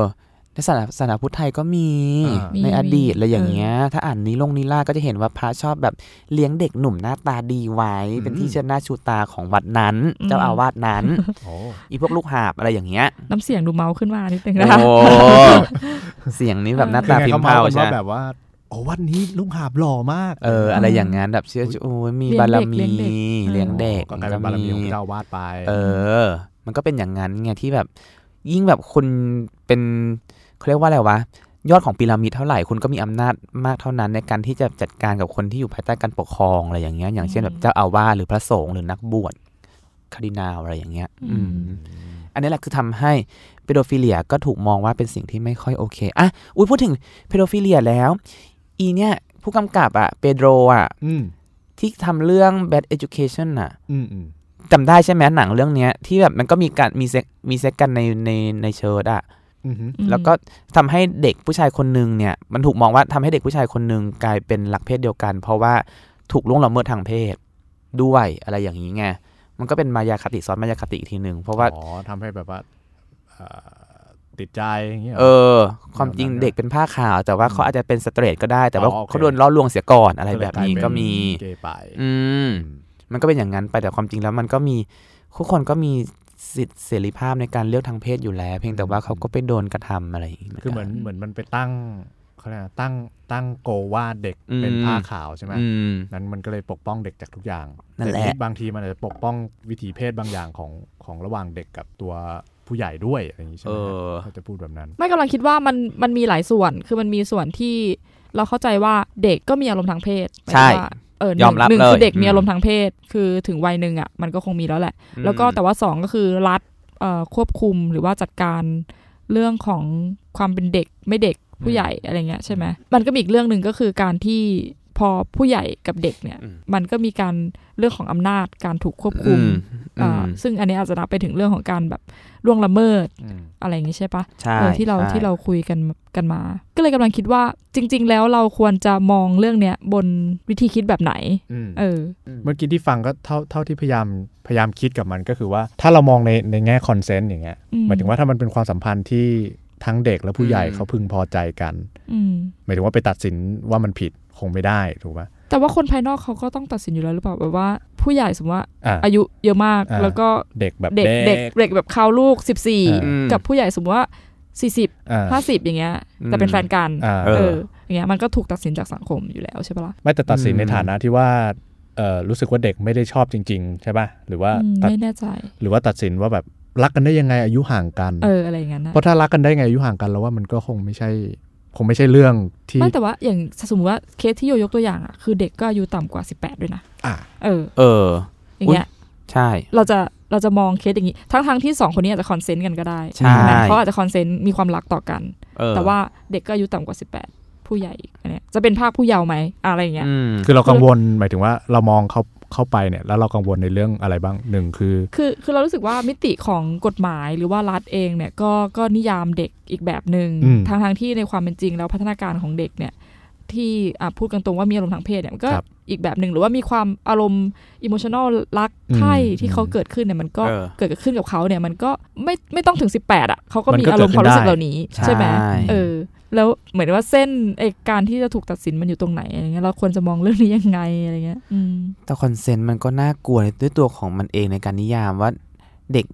[SPEAKER 5] ในศาสนาศาสนาพุทธไทยก็มี
[SPEAKER 2] อ่ามี
[SPEAKER 5] ในอดีตอะไรอย่างเงี้ย ถ้าอ่านนิลงนิล่าก็จะเห็นว่าพระชอบแบบเลี้ยงเด็กหนุ่มหน้าตาดีไว้ เป็นที่เชิดหน้าชูตาของวัดนั้น เจ้าอาวาสนั้น
[SPEAKER 2] โอ้
[SPEAKER 5] อีพวกลูกหาบอะไรอย่างเงี้ย
[SPEAKER 4] น้ำเสียงดูเมาขึ้นมานิดนึงนะ
[SPEAKER 5] โอ้ เสียงนี้แบบหน้า
[SPEAKER 2] คือ
[SPEAKER 5] ตา
[SPEAKER 2] ไง
[SPEAKER 5] พิม
[SPEAKER 2] เขา
[SPEAKER 5] พ์
[SPEAKER 2] เมา
[SPEAKER 5] เผา
[SPEAKER 2] กัน
[SPEAKER 5] ใช่
[SPEAKER 2] ว่า
[SPEAKER 5] ไหม
[SPEAKER 2] แบบว่า โอ้วัดนี้ลุงหาบหล่อมาก
[SPEAKER 5] เออ อะไรอย่างงั้นแบบเชื่อโอ้ยมีบารมีเลี้ยงเด็ก
[SPEAKER 2] ก็กลายเป็นบารมีของเจ้าอาวาดไป
[SPEAKER 5] เออ มันก็เป็นอย่างนั้นไงที่แบบ ยิ่งแบบคุณเป็นเขาเรียกว่าอะไรวะ ยอดของพีระมิดเท่าไหร่คุณก็มีอำนาจมากเท่านั้นในการที่จะจัดการกับคนที่อยู่ภายใต้การปกครองอะไรอย่างเงี้ยอย่างเช่นแบบเจ้าอาวาสหรือพระสงฆ์หรือนักบวชคาดินาลอะไรอย่างเงี้ย อืม อันนี้แหละคือทำให้เปโดฟิเลียก็ถูกมองว่าเป็นสิ่งที่ไม่ค่อยโอเค อ่ะ อุ้ยพูดถึงเปโดฟิเลียแล้ว อีเนี่ย ผู้กำกับอะเปโดรอะ
[SPEAKER 2] อืม
[SPEAKER 5] ที่ทำเรื่อง bad education อะ
[SPEAKER 2] อืมอืม
[SPEAKER 5] จำได้ใช่ไหมหนังเรื่องเนี้ย ที่แบบมันก็มีการมีเซ็กมีเซ็กกันในในในเชิร์ตอะ
[SPEAKER 2] อืมอืม
[SPEAKER 4] อืม
[SPEAKER 5] แล้วก็ทำให้เด็กผู้ชายคนหนึ่งเนี่ย มันถูกมองว่าทำให้เด็กผู้ชายคนหนึ่งกลายเป็นหลักเพศเดียวกัน เพราะว่าถูกล่วงละเมิดทางเพศด้วยอะไรอย่างนี้ไงมันก็เป็นมายาคติซ้อนมายาคติอีกทีหนึ่งเพราะว่า
[SPEAKER 2] อ๋อทำให้แบบว่าเอ่อติดใจอย่างเงี้ยหร
[SPEAKER 5] เออ ความจริง
[SPEAKER 2] แบบนั้น
[SPEAKER 5] เด็กเป็นผ้าขาวแต่ว่าเขาอาจจะเป็นสเตรทก็ได้ แต่ว่า
[SPEAKER 2] อ๋อโอเค
[SPEAKER 5] เขาโดนล่อลวงเสียก่อนอะไรแบบนี้ก็มี
[SPEAKER 2] เกย์ไป
[SPEAKER 5] อืม มันก็เป็นอย่างนั้นไปแต่ความจริงแล้วมันก็มีทุกคนก็มีสิทธิเสรีภาพในการเลือกทางเพศอยู่แล้ว เพียงแต่ว่าเขาก็ไปโดนกระทำอะไรย่างงี้ย
[SPEAKER 2] คือเหมือนเหมือนมันไปตั้งเขาเรียกอะไรนะตั้งตั้งโกว่าเด็กเป็น
[SPEAKER 5] อืม
[SPEAKER 2] ผ้าขาวใช่ไหม
[SPEAKER 5] อืม
[SPEAKER 2] นั้นมันก็เลยปกป้องเด็กจากทุกอย่าง
[SPEAKER 5] นั่นแหละ
[SPEAKER 2] ต่ทีบางทีมันอาจจะปกป้องวิถีเพศบางอย่างของของระหว่างเด็กกับตัวผู้ใหญ่ด้วยอะไรอย่างนี้ใช่
[SPEAKER 5] เอ
[SPEAKER 2] ไหม
[SPEAKER 5] อ
[SPEAKER 2] เขาจะพูดแบบนั้น
[SPEAKER 4] ไม่กำลังคิดว่ามันมันมีหลายส่วน คือมันมีส่วนที่เราเข้าใจว่าเด็กก็มีอารมณ์ทางเพศหมายถึง
[SPEAKER 5] ใช่
[SPEAKER 4] ว่าเออห
[SPEAKER 5] ย
[SPEAKER 4] นึ่
[SPEAKER 5] อง มรับ
[SPEAKER 4] หนึ่ง
[SPEAKER 5] เลย
[SPEAKER 4] คือเด็ก
[SPEAKER 5] อืม
[SPEAKER 4] มีอารมณ์ทางเพศ คือถึงวัยหนึ่งอ่ะมันก็คงมีแล้วแหละ แล้วก็แต่ว่าสองก็คือรัฐเอ่อควบคุมหรือว่าจัดการเรื่องของความเป็นเด็กไม่เด็กผู้ใหญ่อะไรเงี้ยใช่ไหมมันก็มีอีกเรื่องหนึ่งก็คือการที่พอผู้ใหญ่กับเด็กเนี่ย
[SPEAKER 5] อืม
[SPEAKER 4] มันก็มีการเรื่องของอำนาจการถูกควบคุ
[SPEAKER 5] อื
[SPEAKER 4] ม
[SPEAKER 5] มอื
[SPEAKER 4] อ่ามซึ่งอันนี้อาจจะนับไปถึงเรื่องของการแบบล่วงละเมิด
[SPEAKER 2] อืม
[SPEAKER 4] อะไรอย่างงี้ใช่ปะ
[SPEAKER 5] ใช่
[SPEAKER 4] เออที่เรา
[SPEAKER 5] ใช่
[SPEAKER 4] ที่เราคุยกันกันมา ก็เลยกำลังคิดว่าจริง ๆ แล้วเราควรจะมองเรื่องเนี้ยบนวิธีคิดแบบไหน
[SPEAKER 2] อืม
[SPEAKER 4] เออ
[SPEAKER 2] เมื่อกี้ที่ฟังก็เท่าเท่าที่พยายามพยายามคิดกับมันก็คือว่า ถ้าเรามองในในแง่คอนเซนต์อย่างเงี้ย
[SPEAKER 4] อืม
[SPEAKER 2] หมายถึงว่าถ้ามันเป็นความสัมพันธ์ที่ทั้งเด็กและผู้ใหญ่
[SPEAKER 5] อืม
[SPEAKER 2] เขาพึงพอใจกัน
[SPEAKER 4] อืม
[SPEAKER 2] หมายถึงว่าไปตัดสินว่ามันผิดคงไม่ได้ถูกไหม
[SPEAKER 4] แต่ว่าคนภายนอกเขาก็ต้องตัดสินอยู่แล้วหรือเปล่าแบบว่า ผู้ใหญ่สมมติว่า
[SPEAKER 2] อ่ะ
[SPEAKER 4] อายุเยอะมาก
[SPEAKER 2] อ่า
[SPEAKER 4] แล้วก็
[SPEAKER 2] เด็กแบบ
[SPEAKER 4] เด็กเด็กเด็กแบบเขาลูก
[SPEAKER 5] อืม
[SPEAKER 4] 14 กับผู้ใหญ่สมมติว่า 40
[SPEAKER 2] อ่า
[SPEAKER 4] 50 อย่างเงี้ย
[SPEAKER 5] อืม
[SPEAKER 4] แต่เป็นแฟนกัน
[SPEAKER 2] อ่า
[SPEAKER 5] เออ
[SPEAKER 4] เอออย่างเงี้ยมันก็ถูกตัดสินจากสังคมอยู่แล้วใช่ปะล่ะ
[SPEAKER 2] ไม่แต่ตัดสิน
[SPEAKER 5] อืม
[SPEAKER 2] ในฐานะที่ว่าเอ่อรู้สึกว่าเด็กไม่ได้ชอบจริง ๆ ใช่ป่ะ หรือว่า
[SPEAKER 4] อืม
[SPEAKER 2] ตัด
[SPEAKER 4] ไม่แน่ใจ
[SPEAKER 2] หรือว่าตัดสินว่าแบบรักกันได้ยังไงอายุห่างกัน
[SPEAKER 4] เอออะไรอย่างเงี้ยนะ
[SPEAKER 2] เพราะถ้ารักกันได้ไงอายุห่างกันแล้วว่ามันก็คงไม่ใช่ คงไม่ใช่เรื่องที่
[SPEAKER 4] ไม่แต่ว่าอย่างสมมติว่าเคสที่โยยกตัวอย่างอะคือเด็กก็อายุต่ำกว่า 18 ด้วยนะ
[SPEAKER 2] อ่า
[SPEAKER 4] เออ
[SPEAKER 5] เออ
[SPEAKER 4] อย่างเงี้ย
[SPEAKER 5] ใช่
[SPEAKER 4] เราจะเราจะมองเคสอย่างนี้ ทั้งทั้งที่สองคนนี้อาจจะคอนเซนต์กันก็ได้
[SPEAKER 5] ใช่
[SPEAKER 4] นะเขาอาจจะคอนเซนต์มีความรักต่อกัน
[SPEAKER 5] เออ
[SPEAKER 4] แต่ว่าเด็กก็อายุต่ำกว่า 18 ผู้ใหญ่อันเนี้ยจะเป็นภาคผู้เยาว์ไหมอะไรอย่างเงี้ย
[SPEAKER 5] อืม
[SPEAKER 2] คือเรากังวลหมายถึงว่าเรามองเขาเข้าไปเนี่ยแล้วเรากังวลในเรื่องอะไรบ้างหนึ่งคือ
[SPEAKER 4] คือคือเรารู้สึกว่ามิติของกฎหมายหรือว่ารัฐเองเนี่ยก็ก็นิยามเด็กอีกแบบหนึ
[SPEAKER 2] อื
[SPEAKER 4] ง่
[SPEAKER 2] ม
[SPEAKER 4] งทางทางที่ในความเป็นจริงแล้วพัฒนาการของเด็กเนี่ยที่อ่ะพูดกันตรงว่ามีอารมณ์ทางเพศเนี่ยมันก็
[SPEAKER 2] ครับ
[SPEAKER 4] อีกแบบหนึ่งหรือว่ามีความอารมณ์อิโมชันอลรัก
[SPEAKER 2] อืม
[SPEAKER 4] ใคร่ที่
[SPEAKER 2] อืม
[SPEAKER 4] เขาเกิดขึ้นเนี่ยมันก็
[SPEAKER 5] เออ
[SPEAKER 4] เกิดขึ้นกับเขาเนี่ยมันก็ไม่ไม่ต้องถึง 18 อ่ะเขาก็
[SPEAKER 2] มัน
[SPEAKER 4] มี
[SPEAKER 2] ก็
[SPEAKER 4] อารมณ์
[SPEAKER 2] เกิดขึ้น
[SPEAKER 4] ความรู้สึก
[SPEAKER 2] ได้
[SPEAKER 4] เหล่านี้ใช่ไหม เออแล้วเหมือนว่าเส้นไอการที่จะถูกตัดสินมันอยู่ตรงไหนอะไรเงี้ยเราควรจะมองเรื่องนี้ยังไงอะไรเงี้ยอืม
[SPEAKER 5] แต่คอนเซนต์มันก็น่ากลัวด้วยตัวของมันเองในการนิยามว่าเด็ก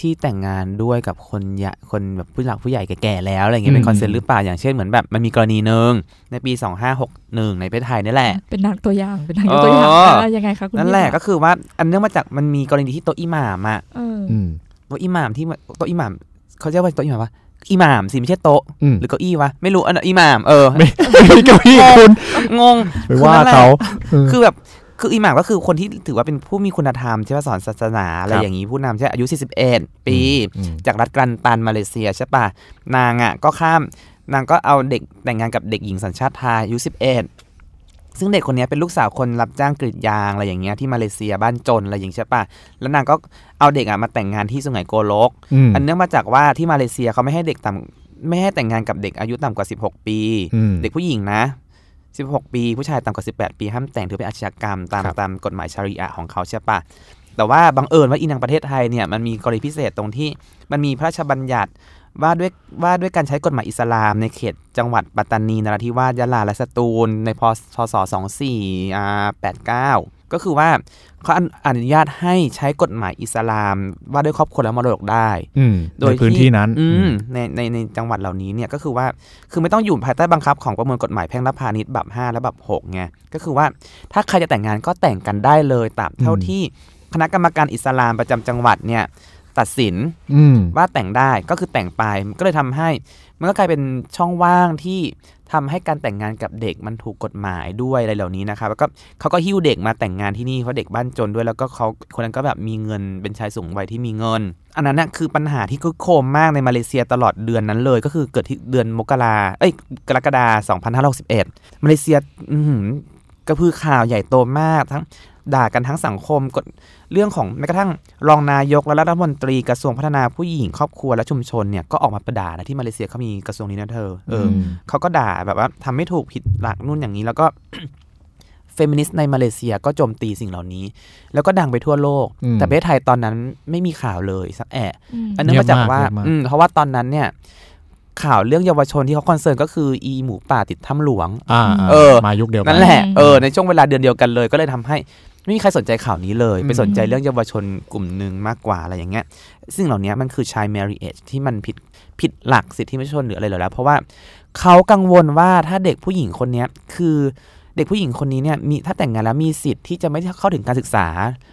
[SPEAKER 5] ที่แต่งงานด้วยกับคนยะคนแบบผู้หลักผู้ใหญ่แก่ๆแล้วอะไรเงี้ย
[SPEAKER 2] อืม
[SPEAKER 5] เป็นคอนเซนต์หรือเปล่าอย่างเช่นเหมือนแบบมันมีกรณีหนึ่งในปี 2561 ในประเทศไทยนี่แหละ
[SPEAKER 4] เป็นหนังตัวอย่างเป็นหนังยกตัวอย่าง
[SPEAKER 5] อ๋ออ่
[SPEAKER 4] ะยังไงคะคุณ
[SPEAKER 5] นั่นแหละ
[SPEAKER 4] พี่
[SPEAKER 5] ก็คือว่าอันเนื่องมาจากมันมีกรณีที่โต๊ะอิหม่ามอะ
[SPEAKER 4] เออ
[SPEAKER 2] อืม
[SPEAKER 5] โต๊ะอิหม่ามที่มันโต๊ะอิหม่ามเขาเรียกว่าโต๊ะอิหม่ามวะอิหม่ามสิไม่ใช่โต๊ะ
[SPEAKER 2] อืม
[SPEAKER 5] หรือเก้าอี้วะไม่รู้อันอิหม่ามเออ
[SPEAKER 2] ไม่ ไม่เก้าอี้คุณ
[SPEAKER 5] งง
[SPEAKER 2] ไป
[SPEAKER 5] คือ
[SPEAKER 2] ว่า
[SPEAKER 5] นั่นแหละ
[SPEAKER 2] เขา
[SPEAKER 5] คือแบบ คืออีหมากก็คือคนที่ถือว่าเป็นผู้มีคุณธรรมใช่ป่ะสอนศาสนาอะไร
[SPEAKER 2] ครับ
[SPEAKER 5] อย่างนี้ผู้นำใช่ปะอายุ 41 ปี
[SPEAKER 2] อืม
[SPEAKER 5] จากรัฐกรันตันมาเลเซียใช่ป่ะนางอ่ะก็ข้ามนางก็เอาเด็กแต่งงานกับเด็กหญิงสัญชาติไทยอายุ11 ซึ่งเด็กคนเนี้ยเป็นลูกสาวคนรับจ้างกรีดยางอะไรอย่างเงี้ยที่มาเลเซียบ้านจนอะไรอย่างงี้ใช่ป่ะแล้วนางก็เอาเด็กอ่ะมาแต่งงานที่สุไหงโกลก
[SPEAKER 2] ม
[SPEAKER 5] อันเนื่องมาจากว่าที่มาเลเซียเขาไม่ให้เด็กต่ำไม่ให้แต่งงานกับเด็กอายุต่ำกว่า 16 ปี
[SPEAKER 2] อืม
[SPEAKER 5] เด็กผู้หญิงนะ 16 ปี ผู้ชายต่ำกว่า 18 ปีห้ามแต่งถือเป็นอาชญากรรมตาม
[SPEAKER 2] ครับ
[SPEAKER 5] ตามกฎหมายชารีอะห์ของเขาใช่ปะแต่ว่าบังเอิญว่าอินางประเทศไทยเนี่ยมันมีกรณีพิเศษตรงที่มันมีพระราชบัญญัติว่าด้วยว่าด้วยการใช้กฎหมายอิสลามในเขตจังหวัดปัตตานีนราธิวาสยะลาและสตูล ในพศ2489 ก็คือว่าเขาอนุญาตให้ใช้กฎหมายอิสลาม ว่าด้วยครอบครัวและมรดกได้
[SPEAKER 2] อืม
[SPEAKER 5] โด
[SPEAKER 2] ใน
[SPEAKER 5] ย
[SPEAKER 2] พื้นที่นั้น
[SPEAKER 5] อื
[SPEAKER 2] อื
[SPEAKER 5] ม
[SPEAKER 2] ม
[SPEAKER 5] ในในในจังหวัดเหล่านี้เนี่ยก็คือว่าคือไม่ต้องอยู่ภายใต้บังคับของประมวลกฎหมายแพ่งและพาณิชย์บับ5และบับ6ไงก็คือว่าถ้าใครจะแต่งงานก็แต่งกันได้เลยตามเท่า
[SPEAKER 2] อืม
[SPEAKER 5] ที่คณะกรรมการอิสลามประจำจังหวัดเนี่ยตัดสิน
[SPEAKER 2] อืม
[SPEAKER 5] ว่าแต่งได้ก็คือแต่งไปมันก็เลยทำให้มันก็กลายเป็นช่องว่างที่ทำให้การแต่งงานกับเด็กมันถูกกฎหมายด้วยอะไรเหล่านี้นะครับแล้วก็เขาก็หิ้วเด็กมาแต่งงานที่นี่เพราะเด็กบ้านจนด้วยแล้วก็เขาคนนั้นก็แบบมีเงินเป็นชายสูงวัยที่มีเงิน อันนั้นนะคือปัญหาที่คึกโครมมากในมาเลเซียตลอดเดือนนั้นเลย ก็คือเกิดที่เดือนมกราเอ้ยกรกฎาคม2561มาเลเซียอือหือกระพือข่าวใหญ่โตมากทั้งด่ากันทั้งสังคมกดเรื่องของแม้กระทั่งรองนายกและรัฐมนตรีกระทรวงพัฒนาผู้หญิงครอบครัวและชุมชนเนี่ยก็ออกมาประด่านะที่มาเลเซียเขามีกระทรวงนี้นะเธอเอออ
[SPEAKER 2] ม
[SPEAKER 5] เขาก็ด่าแบบว่าทำไม่ถูกผิดหลักนู่นอย่างนี้แล้วก็ เฟมินิสต์ในมาเลเซียก็โจมตีสิ่งเหล่านี้ แล้วก็ดังไปทั่วโลก
[SPEAKER 2] อืม
[SPEAKER 5] แต่ประเทศไทยตอนนั้นไม่มีข่าวเลยสักแอะ
[SPEAKER 4] อืม
[SPEAKER 5] อันเนื่องมาจากว่า
[SPEAKER 2] เงียบมาก
[SPEAKER 5] อืมเพราะว่าตอนนั้นเนี่ย ข่าวเรื่องเยาวชนที่เขาคอนเซิร์นก็คืออีหมูป่าติดถ้ำหลวง
[SPEAKER 2] อ่า
[SPEAKER 5] เออ
[SPEAKER 2] มายุคเดียวกั
[SPEAKER 5] นั่นแหละเออในช่วงเวลาเดือนเดียวกันเลย ก็เลยทำให้ไม่มีใครสนใจข่าวนี้เลย
[SPEAKER 2] อืม
[SPEAKER 5] ไปสนใจเรื่องเยาวชนกลุ่มหนึ่งมากกว่าอะไรอย่างเงี้ยซึ่งเหล่านี้มันคือชาย marriage ที่มันผิดผิดหลักสิทธิมนุษยชนหรืออะไรเหล่าแล้ว เพราะว่าเขากังวลว่าถ้าเด็กผู้หญิงคนเนี้ยคือเด็กผู้หญิงคนนี้เนี่ยมีถ้าแต่งงานแล้วมีสิทธิ์ที่จะไม่ได้เข้าถึงการศึกษา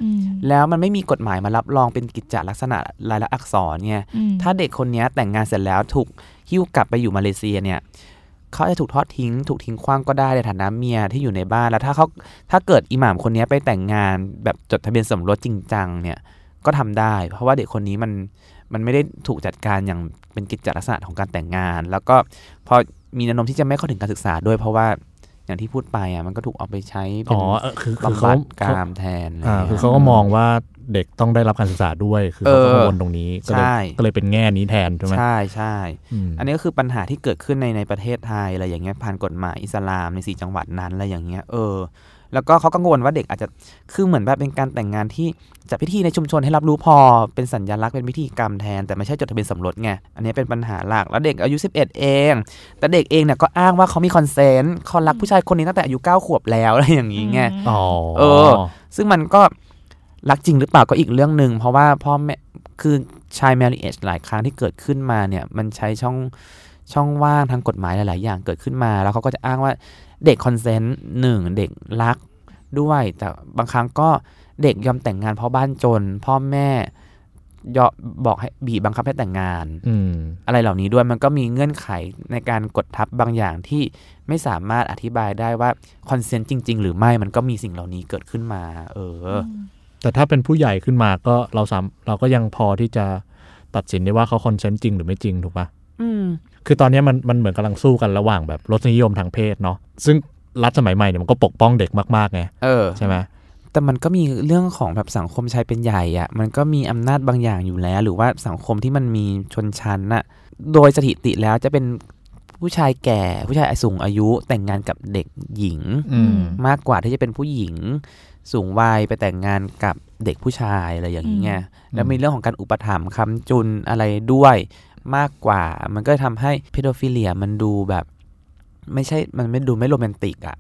[SPEAKER 4] อืม
[SPEAKER 5] แล้วมันไม่มีกฎหมายมารับรองเป็นกิจจลักษณะลายลักษณ์อักษรเนี่ย
[SPEAKER 4] อืม
[SPEAKER 5] ถ้าเด็กคนเนี้ยแต่งงานเสร็จแล้วถูกหิ้วกลับไปอยู่มาเลเซียเนี่ยเขาจะถูกทอดทิ้ง ถูกทิ้งขว้างก็ได้ในฐานะเมียที่อยู่ในบ้านแล้วถ้าเขาถ้าเกิดอิหม่ามคนเนี้ยไปแต่งงานแบบจดทะเบียนสมรสจริงจังเนี่ยก็ทำได้ เพราะว่าเด็กคนนี้มันมันไม่ได้ถูกจัดการอย่างเป็นกิจจลักษณะของการแต่งงาน แล้วก็พอมีแนวโน้มที่จะไม่เข้าถึงการศึกษาด้วย เพราะว่าอย่างที่พูดไปอ่ะมันก็ถูกเอาไปใช้เป็
[SPEAKER 2] อ๋
[SPEAKER 5] น
[SPEAKER 2] อเออคือคือบ
[SPEAKER 5] ำ
[SPEAKER 2] เขา
[SPEAKER 5] บัดกา
[SPEAKER 2] เขา
[SPEAKER 5] รมแทนอะไร
[SPEAKER 2] อ่า
[SPEAKER 5] ย่ย
[SPEAKER 2] คือเขาก็มองว่าเด็กต้องได้รับการศึกษาด้วยคือเขาก็กังวลตรงนี้ก็เลย
[SPEAKER 5] ใช่
[SPEAKER 2] ก็เลยเป็นแง่นี้แทนใช่ไหม
[SPEAKER 5] ใช่ใช่
[SPEAKER 2] อืม
[SPEAKER 5] อันนี้ก็คือปัญหาที่เกิดขึ้นในในประเทศไทยอะไรอย่างเงี้ยผ่านกฎหมายอิสลามในสี่จังหวัดนั้นอะไรอย่างเงี้ยเออ แล้วก็เขากังวลว่าเด็กอาจจะคือเหมือนแบบเป็นการแต่งงานที่จัดพิธีในชุมชนให้รับรู้พอเป็นสัญญลักษณ์เป็นพิธีกรรมแทน แต่ไม่ใช่จดทะเบียนสมรสไงอันนี้เป็นปัญหาหลักแล้วเด็กอายุ 11 เอง แต่เด็กเองเนี่ยก็อ้างว่าเขามีคอนเซนต์เขารักผู้ชายคนนี้ตั้งแต่อายุ9ขวบแล้วอะไรอย่างงี้ไง
[SPEAKER 4] อืม
[SPEAKER 2] อ๋อ
[SPEAKER 5] เออ ซึ่งมันก็รักจริงหรือเปล่าก็อีกเรื่องหนึ่งเพราะว่าพ่อแม่คือชาย marriage หลายครั้งที่เกิดขึ้นมาเนี่ย มันใช้ช่องช่องว่างทางกฎหมายหลาย ๆ อย่างเกิดขึ้นมา แล้วเขาก็จะอ้างว่าเด็กคอนเซนต์หนึ่งเด็กรักด้วย แต่บางครั้งก็เด็กยอมแต่งงานเพราะบ้านจน พ่อแม่ยอมบอกให้บีบบังคับให้แต่งงาน
[SPEAKER 2] อืม
[SPEAKER 5] อะไรเหล่านี้ด้วยมันก็มีเงื่อนไขในการกดทับบางอย่างที่ไม่สามารถอธิบายได้ว่าคอนเซนต์จริง ๆ หรือไม่มันก็มีสิ่งเหล่านี้เกิดขึ้นมา เออ
[SPEAKER 2] แต่ถ้าเป็นผู้ใหญ่ขึ้นมาก็เราสามเราก็ยังพอที่จะตัดสินได้ว่าเขาคอนเซนต์จริงหรือไม่จริงถูกปะ
[SPEAKER 5] อืม
[SPEAKER 2] คือตอนเนี้ยมันมันเหมือนกำลังสู้กันระหว่างแบบรสนิยมทางเพศเนาะซึ่งรัฐสมัยใหม่เนี่ยมันก็ปกป้องเด็กมากๆไง
[SPEAKER 5] เออ
[SPEAKER 2] ใช่ไหม
[SPEAKER 5] แต่มันก็มีเรื่องของแบบสังคมชายเป็นใหญ่อะมันก็มีอำนาจบางอย่างอยู่แล้ว หรือว่าสังคมที่มันมีชนชั้นน่ะ โดยสถิติแล้วจะเป็นผู้ชายแก่ ผู้ชายสูงอายุแต่งงานกับเด็กหญิง
[SPEAKER 2] อืม
[SPEAKER 5] มากกว่าที่จะเป็นผู้หญิงสูงวัยไปแต่งงานกับเด็กผู้ชายอะไรอย่างนี้ไง
[SPEAKER 2] ม
[SPEAKER 5] แล้วมีเรื่องของการอุปถัมภ์คำจุนอะไรด้วยมากกว่า มันก็ทำให้เพโดฟิเลียมันดูแบบ ไม่ใช่มันไม่ดูไม่โรแมนติกอะ่ะ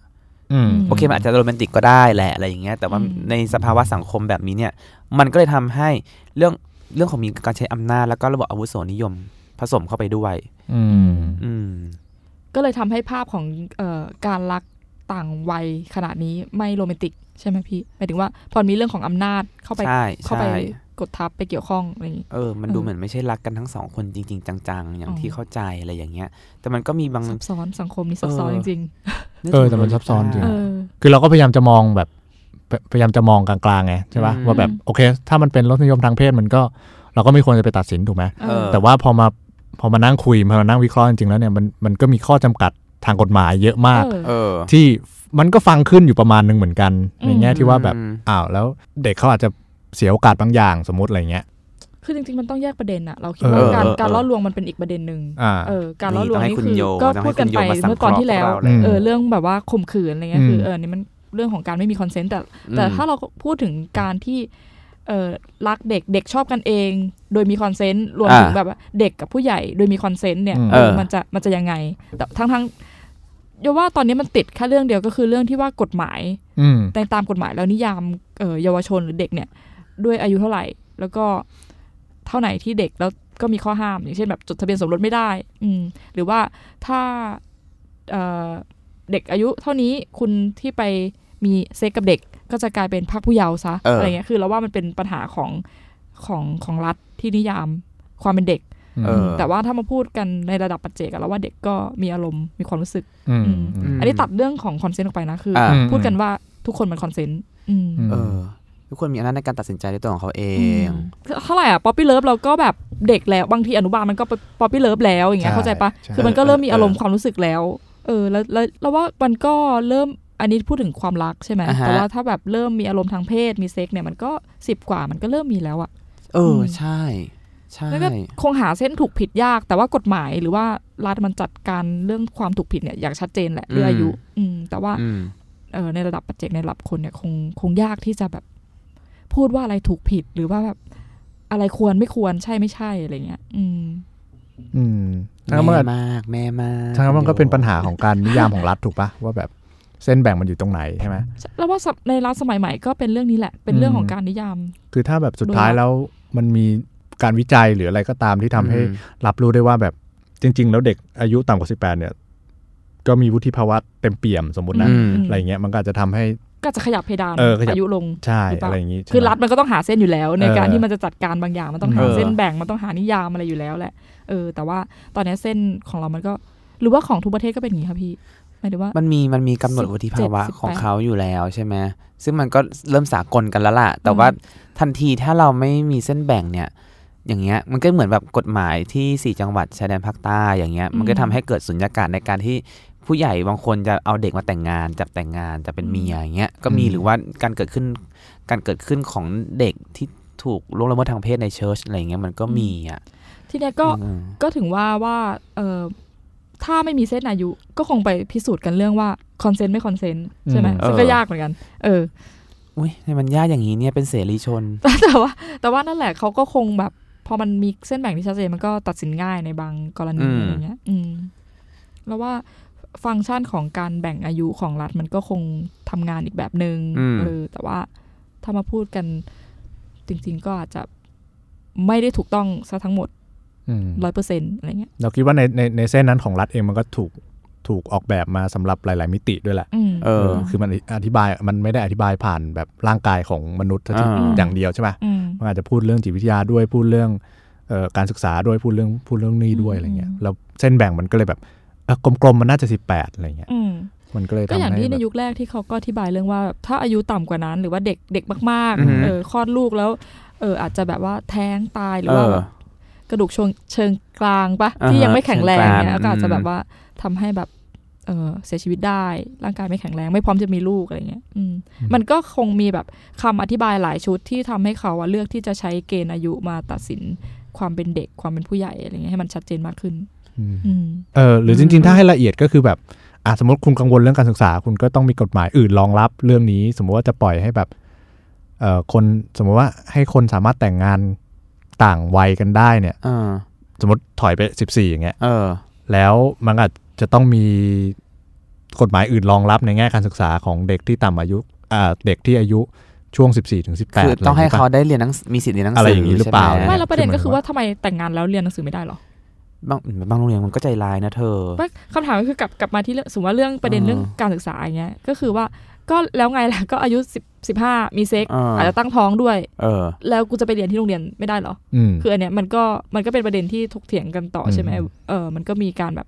[SPEAKER 2] อืม
[SPEAKER 5] โอเคมันอาจจะโรแมนติกก็ได้แหละอะไรอย่างเงี้ยแต่ว่า
[SPEAKER 4] อืม
[SPEAKER 5] ในสภาวะสังคมแบบนี้เนี่ย มันก็เลยทำให้เรื่องเรื่องของมีการใช้อำนาจแล้วก็ระบบอาวุโสนิยมผสมเข้าไปด้วย
[SPEAKER 2] อืม
[SPEAKER 5] อืม
[SPEAKER 4] ก็เลยทำให้ภาพของเออการรักต่างวัยขนาดนี้ไม่โรแมนติก ใช่ไหมพี่หมายถึงว่าพอมีเรื่องของอำนาจเข้าไป
[SPEAKER 5] ใช่
[SPEAKER 4] เข้าไป
[SPEAKER 5] ใช่
[SPEAKER 4] กดทับไปเกี่ยวข้องอะไรอย่างนี้
[SPEAKER 5] เออ มันดูเหมือนไม่ใช่รักกันทั้งสองคนจริง ๆ จัง ๆ อย่าง
[SPEAKER 4] อ๋อ
[SPEAKER 5] ที่เข้าใจอะไรอย่างเงี้ย แต่มันก็มีบาง
[SPEAKER 4] ซับซ้อนสังคมนี้ซับซ้อน
[SPEAKER 5] เอ
[SPEAKER 4] จ
[SPEAKER 5] อ
[SPEAKER 4] ริง
[SPEAKER 5] ก
[SPEAKER 2] เออ
[SPEAKER 5] ถึง
[SPEAKER 2] แต่มันซับซ้อนจริง
[SPEAKER 4] ๆ เออ
[SPEAKER 2] คือเราก็พยายามจะมองแบบ พพยายามจะมองกลางๆไงใช่ป่ะ
[SPEAKER 5] อืม
[SPEAKER 2] ว่าแบบโอเค ถ้ามันเป็นรสนิยมทางเพศมันก็ เราก็ไม่ควรจะไปตัดสินถูกไหม
[SPEAKER 5] เออ
[SPEAKER 2] แต่ว่าพอมาพอมานั่งคุยพอมานั่งวิเคราะห์จริงๆแล้วเนี่ยมันมันก็มีข้อจำกัดทางกฎหมายเยอะมาก
[SPEAKER 4] เออ
[SPEAKER 5] เออ
[SPEAKER 2] ที่มันก็ฟังขึ้นอยู่ประมาณหนึ่งเหมือนกัน
[SPEAKER 4] อื
[SPEAKER 2] ใน
[SPEAKER 4] ม
[SPEAKER 2] แง่ที่ว่าแบบ
[SPEAKER 5] อืม
[SPEAKER 2] อ้าวแล้วเด็กเขาอาจจะเสียโอกาสบางอย่างสมมติอะไรเงี้ย
[SPEAKER 4] คือจริงๆมันต้องแยกประเด็นอะเราคิด
[SPEAKER 2] เออ
[SPEAKER 4] ว่ากา
[SPEAKER 5] เออ
[SPEAKER 4] ร
[SPEAKER 5] เออ
[SPEAKER 4] การล่อลวงมันเป็นอีกประเด็นหนึ่ง
[SPEAKER 2] อ่า
[SPEAKER 4] เออการล่อลวง
[SPEAKER 5] ต้องให้
[SPEAKER 4] นี่
[SPEAKER 5] คุณ
[SPEAKER 4] คือ
[SPEAKER 5] โย
[SPEAKER 4] ก็
[SPEAKER 5] ต้อง
[SPEAKER 4] พู
[SPEAKER 5] ให้
[SPEAKER 4] ดกัน
[SPEAKER 5] คุณโย
[SPEAKER 4] ไป
[SPEAKER 5] มาสัง
[SPEAKER 4] เมื่อ
[SPEAKER 5] เค
[SPEAKER 4] ตอ
[SPEAKER 5] ราะ
[SPEAKER 4] น
[SPEAKER 5] ห์
[SPEAKER 4] ที่แล้ว
[SPEAKER 5] พวกเราแหละ
[SPEAKER 4] เออเรื่องแบบว่าข่มขืนอะไรเงี้ย
[SPEAKER 2] อืม
[SPEAKER 4] คือเออนี่มันเรื่องของการไม่มีคอนเซนต์แต่แต่ถ้าเราพูดถึงการที่เออรักเด็กเด็กชอบกันเอง โดยมีคอนเซนต์รวมถึง
[SPEAKER 5] อ่า
[SPEAKER 4] แบบว่าเด็กกับผู้ใหญ่โดยมีคอนเซนต์เนี่ย
[SPEAKER 2] อืม
[SPEAKER 4] เออ
[SPEAKER 5] เออ
[SPEAKER 4] มันจะมันจะยังไง แต่ทั้งทั้งๆโยว่าตอนนี้มันติดแค่เรื่องเดียวก็คือเรื่องที่ว่ากฎหมาย
[SPEAKER 2] อืม
[SPEAKER 4] ในตามกฎหมายแล้วนิยามเอ่อเยาวชนหรือเด็กเนี่ย ด้วยอายุเท่าไหร่ แล้วก็เท่าไหร่ที่เด็กแล้วก็มีข้อห้าม อย่างเช่นแบบจดทะเบียนสมรสไม่ได้ อืม หรือว่าถ้าเอ่อเด็กอายุเท่านี้คุณที่ไปมีเซ็กกับเด็ก ก็จะกลายเป็นภาคผู้เยาว์ซะ
[SPEAKER 5] เอออ
[SPEAKER 4] อะไรเงี้ยคือเราว่ามันเป็นปัญหาของของของรัฐที่นิยามความเป็นเด็ก
[SPEAKER 2] อืม
[SPEAKER 5] เออ
[SPEAKER 4] แต่ว่าถ้ามาพูดกันในระดับปัจเจกอะเราว่าเด็กก็มีอารมณ์มีความรู้สึก
[SPEAKER 2] อืม
[SPEAKER 5] อืม
[SPEAKER 4] อันนี้ตัดเรื่องของคอนเซนต์ออกไปนะคืออา พูดกันว่าทุกคนมันคอนเซนต์อืม
[SPEAKER 2] อืม
[SPEAKER 5] เออทุกคนมีอำนาจในการตัดสินใจด้วยตัวของเขาเอง
[SPEAKER 4] เท่าไหร่อ่ะป๊อปปี้เลิฟเราก็แบบเด็กแล้วบางทีอนุบาลมันก็ป๊อปปี้เลิฟแล้วอย่างเงี้ย
[SPEAKER 2] ใช่
[SPEAKER 4] เข้าใจปะ
[SPEAKER 2] ใช่
[SPEAKER 4] คือมันก็เริ่มมี
[SPEAKER 5] เออ
[SPEAKER 4] อา
[SPEAKER 5] เออ
[SPEAKER 4] รมณ์ความรู้สึกแล้ว เออแล้วแล้วแล้วว่ามันก็เริ่มอันนี้พูดถึงความรักใช่ไหม
[SPEAKER 5] อ่าฮะ
[SPEAKER 4] แต่ว่าถ้าแบบเริ่มมีอารมณ์ทางเพศมีเซ็กเนี่ยมันก็สิบกว่ามันก็เริ่มมีแล้วอ่ะ
[SPEAKER 5] เอออ
[SPEAKER 4] ม
[SPEAKER 5] ใช่ ใช่
[SPEAKER 4] แล้วก็คงหาเส้นถูกผิดยาก แต่ว่ากฎหมายหรือว่ารัฐมันจัดการเรื่องความถูกผิดเนี่ยอย่างชัดเจนแหละด้วยอายุ อืมแต่ว่า
[SPEAKER 5] อืม
[SPEAKER 4] เออในระดับปัจเจกในระดับคนเนี่ยคงคงยากที่จะแบบพูดว่าอะไรถูกผิดหรือว่าแบบอะไรควรไม่ควรใช่ไม่ใช่อะไรเงี้ย อืม
[SPEAKER 2] อืมทั้ง
[SPEAKER 5] แม่
[SPEAKER 2] นั้นมันก็
[SPEAKER 5] มากแม่มาก
[SPEAKER 2] ทั้งนั้นมันก็เป็นปัญหาของการนิยามของรัฐถูกปะว่าแบบเส้นแบ่งมันอยู่ตรงไหนใช่ไหม
[SPEAKER 4] แล้วว่าสับในรัฐสมัยใหม่ก็เป็นเรื่องนี้แหละ เป็นเรื่องของการนิยาม
[SPEAKER 2] คือถ้าแบบสุดท้าย
[SPEAKER 4] โดยรัฐ
[SPEAKER 2] แล้วมันมีการวิจัยหรืออะไรก็ตามที่ทำให้รับรู้ได้ว่าแบบจริง ๆ แล้วเด็กอายุต่ำกว่า 18 เนี่ย ก็มีวุฒิภาวะเต็มเปี่ยมสมมตินะ
[SPEAKER 5] อืม
[SPEAKER 2] อะไรเงี้ยมันก็อาจจะทำให้
[SPEAKER 4] ก็จะขยับเพดาน
[SPEAKER 2] เออขยับ
[SPEAKER 4] อายุลง
[SPEAKER 2] ใช่
[SPEAKER 4] หรือเปล่า
[SPEAKER 2] อะไรอย่างงี้ใช่ไหม
[SPEAKER 4] คือรัฐมันก็ต้องหาเส้นอยู่แล้ว ใน
[SPEAKER 2] เออ
[SPEAKER 4] การที่มันจะจัดการบางอย่างมันต้องหา
[SPEAKER 2] เออ
[SPEAKER 4] เส้นแบ่งมันต้องหานิยามอะไรอยู่แล้วแหละเออ แต่ว่าตอนเนี้ยเส้นของเรามันก็ หรือว่าของทุกประเทศก็เป็นอย่างนี้ค่ะพี่หมายถึงว่า
[SPEAKER 5] มันมีมันมีกำหนดวุฒิภาวะ
[SPEAKER 4] 17
[SPEAKER 5] ของเขาอยู่แล้วใช่ไหมซึ่งมันก็เริ่มสากลกันแล้วล่ะ แต่ว่าทันทีถ้าเราไม่มีเส้นแบ่งเนี่ย อย่างเงี้ยมันก็เหมือนแบบกฎหมายที่ 4 จังหวัดชายแดนภาคใต้อย่างเงี้ย มันก็ทำให้เกิดสุญญากาศในการที่ผู้ใหญ่บางคนจะเอาเด็กมาแต่งงานจับแต่งงานจะเป็นเมียอย่างเงี้ยก็มี
[SPEAKER 2] อืม
[SPEAKER 5] หรือว่าการเกิดขึ้นการเกิดขึ้นของเด็กที่ถูกล่วงละเมิดทางเพศในเชิร์ชอะไรเงี้ยมันก็มีอ่ะ
[SPEAKER 4] ทีเนี้ยก็
[SPEAKER 5] อืม
[SPEAKER 4] ก็ถึงว่าว่าเออถ้าไม่มีเส้นอายุก็คงไปพิสูจน์กันเรื่องว่าคอนเซนต์ไม่คอนเซนต์ใช่ไหม
[SPEAKER 2] อืม
[SPEAKER 4] ซึ่งก็
[SPEAKER 5] เออ
[SPEAKER 4] ยากเหมือนกัน เออ
[SPEAKER 5] อุ้ยทำไมมันยากอย่างนี้เนี่ยเป็นเสรีชน
[SPEAKER 4] แต่ว่า แต่ว่านั่นแหละเขาก็คงแบบ พอมันมีเส้นแบ่งที่ชัดเจนมันก็ตัดสินง่ายในบางกรณี
[SPEAKER 5] อืม
[SPEAKER 4] อะไรเงี้ย อืม แล้วว่าฟังก์ชันของการแบ่งอายุของรัฐมันก็คงทำงานอีกแบบหนึง่งเออแต่ว่าถ้ามาพูดกันจริง ๆ ก็อาจจะไม่ได้ถูกต้องซะทั้งหมด
[SPEAKER 2] อืม
[SPEAKER 4] ร้อยเปอร์เซ็นต์อะไรเงี้ย
[SPEAKER 2] เราคิดว่าในในในเส้นนั้นของรัฐเองมันก็ถูกถูกออกแบบมาสำหรับหลาย ๆ มิติด้วยแหละ
[SPEAKER 4] อืม
[SPEAKER 5] เออ
[SPEAKER 2] คือมันอธิบายมันไม่ได้อธิบายผ่านแบบร่างกายของมนุษย์ซะที
[SPEAKER 5] อ่า
[SPEAKER 2] อย่างเดียวใช่ไหม
[SPEAKER 4] อืม
[SPEAKER 2] มันอาจจะพูดเรื่องจิตวิทยาด้วยพูดเรื่องเอ่อการศึกษาด้วยพูดเรื่องพูดเรื่องนี้ด้วยอะไรเงี้ย
[SPEAKER 4] อืม
[SPEAKER 2] แล้วเส้นแบ่งมันก็เลยแบบเอ่อกลม ๆ มันน่าจะ 18อะไรเงี้ย
[SPEAKER 4] อืม
[SPEAKER 2] มันก็เลย
[SPEAKER 4] ก็
[SPEAKER 2] ทำ
[SPEAKER 4] อย่าง
[SPEAKER 2] ให้
[SPEAKER 4] ที่
[SPEAKER 2] แบ
[SPEAKER 4] ใน
[SPEAKER 2] บ
[SPEAKER 4] ยุคแรกที่เขาก็อธิบายเรื่องว่าแบบถ้าอายุต่ำกว่านั้น หรือว่าเด็กเด็กมาก
[SPEAKER 5] อือฮึ
[SPEAKER 4] ๆเออคลอดลูกแล้วเอออาจจะแบบว่าแท้งตายหรือว่าแบบกระดูกเชิงเชิงกลางปะ
[SPEAKER 5] อ่าฮะ
[SPEAKER 4] ที่ยังไม่แข็งแรง
[SPEAKER 5] เชิงกลาง
[SPEAKER 4] เนี่ยก็อาจจะ
[SPEAKER 5] อืม
[SPEAKER 4] แบบว่าทำให้แบบเออเสียชีวิตได้ร่างกายไม่แข็งแรง ไม่พร้อมจะมีลูกอะไรเงี้ยอืม
[SPEAKER 2] อืม
[SPEAKER 4] มันก็คงมีแบบคำอธิบายหลายชุดที่ทำให้เขาอะเลือกที่จะใช้เกณฑ์อายุมาตัดสินความเป็นเด็กความเป็นผู้ใหญ่อะไรเงี้ยให้มันชัดเจนมากขึ้น
[SPEAKER 2] อืม
[SPEAKER 4] อืม
[SPEAKER 2] เออหรือจริงๆ ถ้าให้ละเอียดก็คือแบบอ่ะสมมติคุณกังวลเรื่องการศึกษา คุณก็ต้องมีกฎหมายอื่นรองรับเรื่องนี้ สมมติว่าจะปล่อยให้แบบเอ่อคนสมมติว่าให้คนสามารถแต่งงานต่างวัยกันได้เนี่ย
[SPEAKER 5] เออ
[SPEAKER 2] สมมติถอยไป 14 อย่างเงี้ย
[SPEAKER 5] เออ
[SPEAKER 2] แล้วมันอาจจะต้องมีกฎหมายอื่นรองรับในแง่การศึกษาของเด็กที่ต่ำอายุอ่าเด็กที่อายุช่วง 14ถึง18
[SPEAKER 5] คือต้องให้เขา
[SPEAKER 2] ะไร
[SPEAKER 5] ได้เรียนหนังมีสิทธิ์เรียนหนังสืออะไร
[SPEAKER 2] อย่างนี้หรือเปล่า
[SPEAKER 4] ไม่แล้วประเด็นก็คือว่าทำไมแต่งงานแล้วเรียนหนังสือไม่ได้หรอ
[SPEAKER 5] บางบางโรงเรียนมันก็ใจร้ายนะเธอ
[SPEAKER 4] ไม่คำถามก็คือกลับกลับมาที่เรื่องสมมติว่าเรื่องประเด็น
[SPEAKER 5] อ่า
[SPEAKER 4] เรื่องการศึกษาอย่างเงี้ยก็คือว่าก็แล้วไงล่ะ ก็อายุสิบสิบห้ามีเซ็ก
[SPEAKER 5] อ่า
[SPEAKER 4] อาจจะตั้งท้องด้วย
[SPEAKER 5] เออ
[SPEAKER 4] แล้วกูจะไปเรียนที่โรงเรียนไม่ได้เหรอ
[SPEAKER 2] อืม
[SPEAKER 4] คืออันเนี้ยมันก็มันก็เป็นประเด็นที่ถกเถียงกันต่อใช่ไหม
[SPEAKER 2] อืม
[SPEAKER 4] เออมันก็มีการแบบ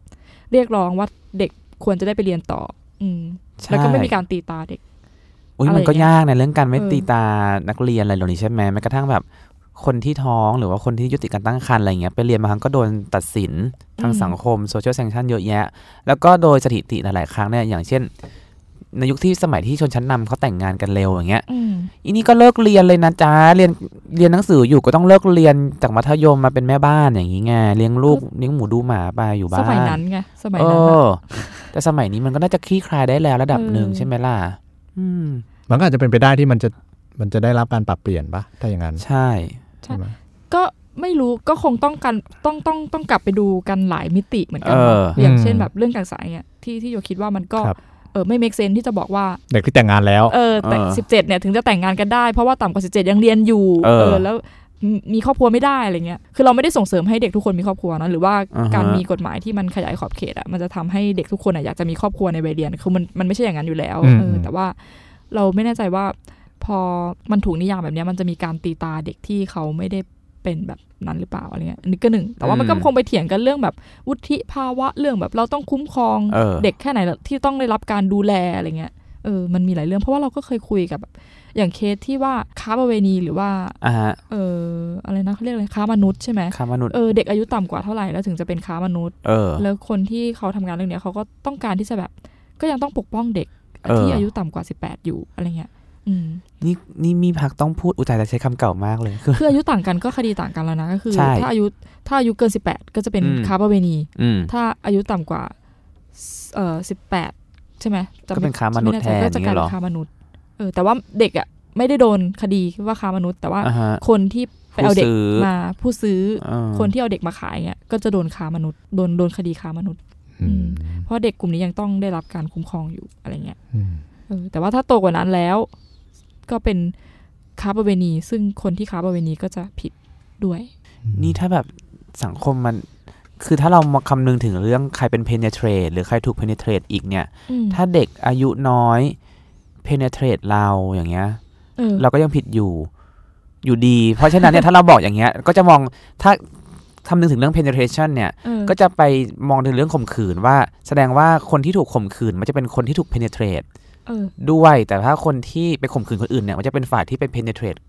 [SPEAKER 4] เรียกร้องว่าเด็กควรจะได้ไปเรียนต่อ อืม
[SPEAKER 5] ใช่
[SPEAKER 4] แล้วก็ไม่มีการตีตาเด็ก
[SPEAKER 5] อุ้ย
[SPEAKER 4] อะไร
[SPEAKER 5] มันก็
[SPEAKER 4] อย่างเงี้ย
[SPEAKER 5] ยากในเรื่องการไม่
[SPEAKER 4] เออ
[SPEAKER 5] ตีตานักเรียนอะไรเหล่านี้ใช่ไหมแม้กระทั่งแบบคนที่ท้องหรือว่าคนที่ยุติการตั้งครรภ์อะไรเงี้ยไปเรียนบางครั้งก็โดนตัดสินทางสังคมโซเชียลแซงชันเยอะแยะ แล้วก็โดยสถิติหลายๆครั้งเนี่ยอย่างเช่น ในยุคที่สมัยที่ชนชั้นนำเขาแต่งงานกันเร็วอย่างเงี้ย
[SPEAKER 4] อืม
[SPEAKER 5] อีนี่ก็เลิกเรียนเลยนะจ๊ะเรียนเรียนหนังสืออยู่ก็ต้องเลิกเรียนจากมัธยมมาเป็นแม่บ้านอย่างนี้ไงเลี้ยงลูกเลี้ยงหมูดูหมาไปอยู่บ้าน
[SPEAKER 4] สมัยนั้นไงสมัย
[SPEAKER 5] เอ
[SPEAKER 4] นั้นน่ะ
[SPEAKER 5] อ แต่สมัยนี้มันก็น่าจะคลี่คลายได้แล้วระดับหนึ่ง
[SPEAKER 4] เออ
[SPEAKER 5] ใช่ไหมล่ะอืม
[SPEAKER 2] มันก็อาจจะเป็นไปได้ที่มันจะมันจะได้รับการปรับเปลี่ยนปะถ้าอย่างนั้น
[SPEAKER 5] ใช่
[SPEAKER 2] ใช่ไหม
[SPEAKER 4] ก็ไม่รู้ก็คงต้องกันต้องต้องต้องกลับไปดูกันหลายมิติเหมือนกั
[SPEAKER 5] เอ
[SPEAKER 4] เน
[SPEAKER 5] อ
[SPEAKER 4] อะอย่างเช่นแบบเรื่องการศึกษาอย่างเงี้ยที่ที่โยคิดว่ามันก็
[SPEAKER 2] ครับ
[SPEAKER 4] เออไม่เมกเซนที่จะบอกว่า
[SPEAKER 2] เด็กที่แต่งงานแล้ว
[SPEAKER 4] เออแต่
[SPEAKER 5] เออ
[SPEAKER 4] สิบเจ็ดเนี่ยถึงจะแต่งงานกันได้ เพราะว่าต่ำกว่าสิบเจ็ดยังเรียนอยู่
[SPEAKER 5] เออ
[SPEAKER 4] แล้วมีมีครอบครัวไม่ได้อะไรเงี้ยคือเราไม่ได้ส่งเสริมให้เด็กทุกคนมีครอบครัวนะหรือว่า
[SPEAKER 5] อ่าฮะ
[SPEAKER 4] การมีกฎหมายที่มันขยายขอบเขตอ่ะมันจะทำให้เด็กทุกคนอะอยากจะมีครอบครัวในวัยเรียนคือมันมันไม่ใช่อย่างนั้นอยู่แล้ว
[SPEAKER 2] อืม
[SPEAKER 4] เออ
[SPEAKER 2] ม
[SPEAKER 4] แต่ว่าเราไม่แน่ใจว่า พอมันถูกนิยามแบบเนี้ยมันจะมีการตีตาเด็กที่เขาไม่ได้เป็นแบบนั้นหรือเปล่าอะไรเงี้ยอันนี้ก็หนึ่งแต่ว่ามันก็
[SPEAKER 5] อืม
[SPEAKER 4] คงไปเถียงกันเรื่องแบบวุฒิภาวะเรื่องแบบเราต้องคุ้มครอง
[SPEAKER 5] เออ
[SPEAKER 4] เด็กแค่ไหนที่ต้องได้รับการดูแลอะไรเงี้ยเออมันมีหลายเรื่องเพราะว่าเราก็เคยคุยกับแบบอย่างเคสที่ว่าค้าประเวณีหรือว่า
[SPEAKER 5] อ่าฮะ
[SPEAKER 4] เอออะไรนะเขาเรียกอะไรค้ามนุษย์ใช่ไหม
[SPEAKER 5] ค้ามนุษย์
[SPEAKER 4] เออเด็กอายุต่ำกว่าเท่าไหร่แล้วถึงจะเป็นค้ามนุษย์
[SPEAKER 5] เออ
[SPEAKER 4] แล้วคนที่เขาทำงานเรื่องเนี้ยเขาก็ต้องการที่จะแบบก็ยังต้องปกป้องเด็ก
[SPEAKER 5] เออ
[SPEAKER 4] ที่อายุต่ำกว่า 18 อยู่อะไรเงี้ยอืม
[SPEAKER 5] นี่นี่มีพักต้องพูดอุยตายแต่ใช้คำเก่ามากเลยคือ
[SPEAKER 4] คืออายุต่างกันก็คดีต่างกันแล้วนะก็คือ
[SPEAKER 5] ใช่
[SPEAKER 4] ถ้าอายุถ้าอายุเกิน 18 ก็จะเป็น
[SPEAKER 5] อืม
[SPEAKER 4] ค้าประเวณี
[SPEAKER 5] อืม
[SPEAKER 4] ถ้าอายุต่ำกว่าเอ่อ18 ใช่ไหมจำ
[SPEAKER 5] ก็
[SPEAKER 4] ไม่
[SPEAKER 5] เป็นค้ามนุษย์
[SPEAKER 4] ไใจ
[SPEAKER 5] แทน
[SPEAKER 4] ก็จะกลาย
[SPEAKER 5] อย่างเงี้ยเหร
[SPEAKER 4] เป็
[SPEAKER 5] อ
[SPEAKER 4] นค้ามนุษย์เออแต่ว่าเด็กอ่ะไม่ได้โดนคดีว่าค้ามนุษย์ แต่ว่า
[SPEAKER 5] อ่าฮะ
[SPEAKER 4] คนที่ไปเอาเด็ก
[SPEAKER 5] ผู้ซื้อ
[SPEAKER 4] มาผู้ซื้อ
[SPEAKER 5] อ่า
[SPEAKER 4] อคนที่เอาเด็กมาขายเงี้ยก็จะโดนค้ามนุษย์โดนโดนคดีค้ามนุษย์
[SPEAKER 2] อืม
[SPEAKER 4] เพราะเด็กกลุ่มนี้ยังต้องได้รับการคุ้มครองอยู่อะไรเงี้ย
[SPEAKER 2] อืม
[SPEAKER 4] เออแต่ว่าถ้าโตกว่านั้นแล้ว ก็เป็นค้าประเวณี ซึ่งคนที่ค้าประเวณีก็จะผิดด้วย
[SPEAKER 5] นี่ถ้าแบบสังคมมัน คือถ้าเรามาคำนึงถึงเรื่องใครเป็น penetrate หรือใครถูก penetrate อีกเนี่ย
[SPEAKER 4] อืม
[SPEAKER 5] ถ้าเด็กอายุน้อย penetrate เราอย่างเงี้ย
[SPEAKER 4] เออ
[SPEAKER 5] เราก็ยังผิดอยู่ อยู่ดี เพราะฉะนั้นเนี่ย ถ้าเราบอกอย่างเงี้ย ก็จะมองถ้าคำนึงถึงเรื่อง penetration เนี่ย
[SPEAKER 4] เออ
[SPEAKER 5] ก็จะไปมองถึงเรื่องข่มขืนว่า แสดงว่าคนที่ถูกข่มขืนมันจะเป็นคนที่ถูก penetrate
[SPEAKER 4] เออ
[SPEAKER 5] ด้วย แต่ถ้าคนที่ไปข่มขืนคนอื่นเนี่ยมันจะเป็นฝ่ายที่ไป penetrate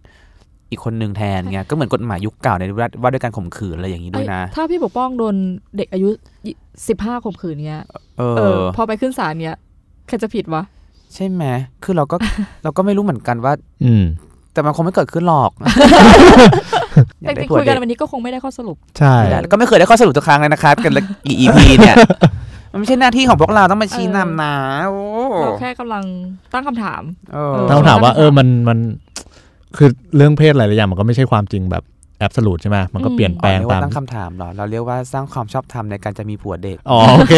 [SPEAKER 5] อีกคนหนึ่งแทนเงี้ยก็เหมือนกฎหมายยุคเก่าในว่าว่าด้วยการข่มขืนอะไรอย่างนี้ด้วยนะ
[SPEAKER 4] เอ้ยถ้าพี่ปกป้องโดนเด็กอายุสิบห้าข่มขืนเนี้ย
[SPEAKER 5] เอ
[SPEAKER 4] เออ
[SPEAKER 5] อ
[SPEAKER 4] พอไปขึ้นศาลเนี้ยใครจะผิดวะ
[SPEAKER 5] ใช่ไหมคือเราก็ เราก็ไม่รู้เหมือนกันว่า
[SPEAKER 2] อืม
[SPEAKER 5] แต่มันคงไม่เกิดขึ้นหรอก อยากได้
[SPEAKER 4] แต่จริง
[SPEAKER 5] ผัว
[SPEAKER 4] คุยกั
[SPEAKER 5] เด็
[SPEAKER 4] น
[SPEAKER 5] ก
[SPEAKER 4] วันนี้ก็คงไม่ได้ข้อสรุป
[SPEAKER 2] ใช่
[SPEAKER 5] ไม่ได้ก็ไม่เคยได้ข้อสรุปทุกครั้งเลยนะครับกันละกี่ EP เนี่ย มันไม่ใช่หน้าที่ของพวกเราต้องมาชี้นำนะโอ้
[SPEAKER 4] เราแค่กำลังตั้งคำถาม
[SPEAKER 5] เออ
[SPEAKER 2] ต้องถามว่า
[SPEAKER 4] เออ
[SPEAKER 2] เออมันมันคือเรื่องเพศหลายๆอย่างมันก็ไม่ใช่ความจริงแบบแอบสูตใช่ไหมมันก็เปลี่ยนแปลง
[SPEAKER 5] เรียกว่า
[SPEAKER 2] ตาม
[SPEAKER 5] ตั้งคำถามเหรอ เราเรียกว่าสร้างความชอบธรรมในการจะมีผัวเด็ก
[SPEAKER 2] อ๋อโอเค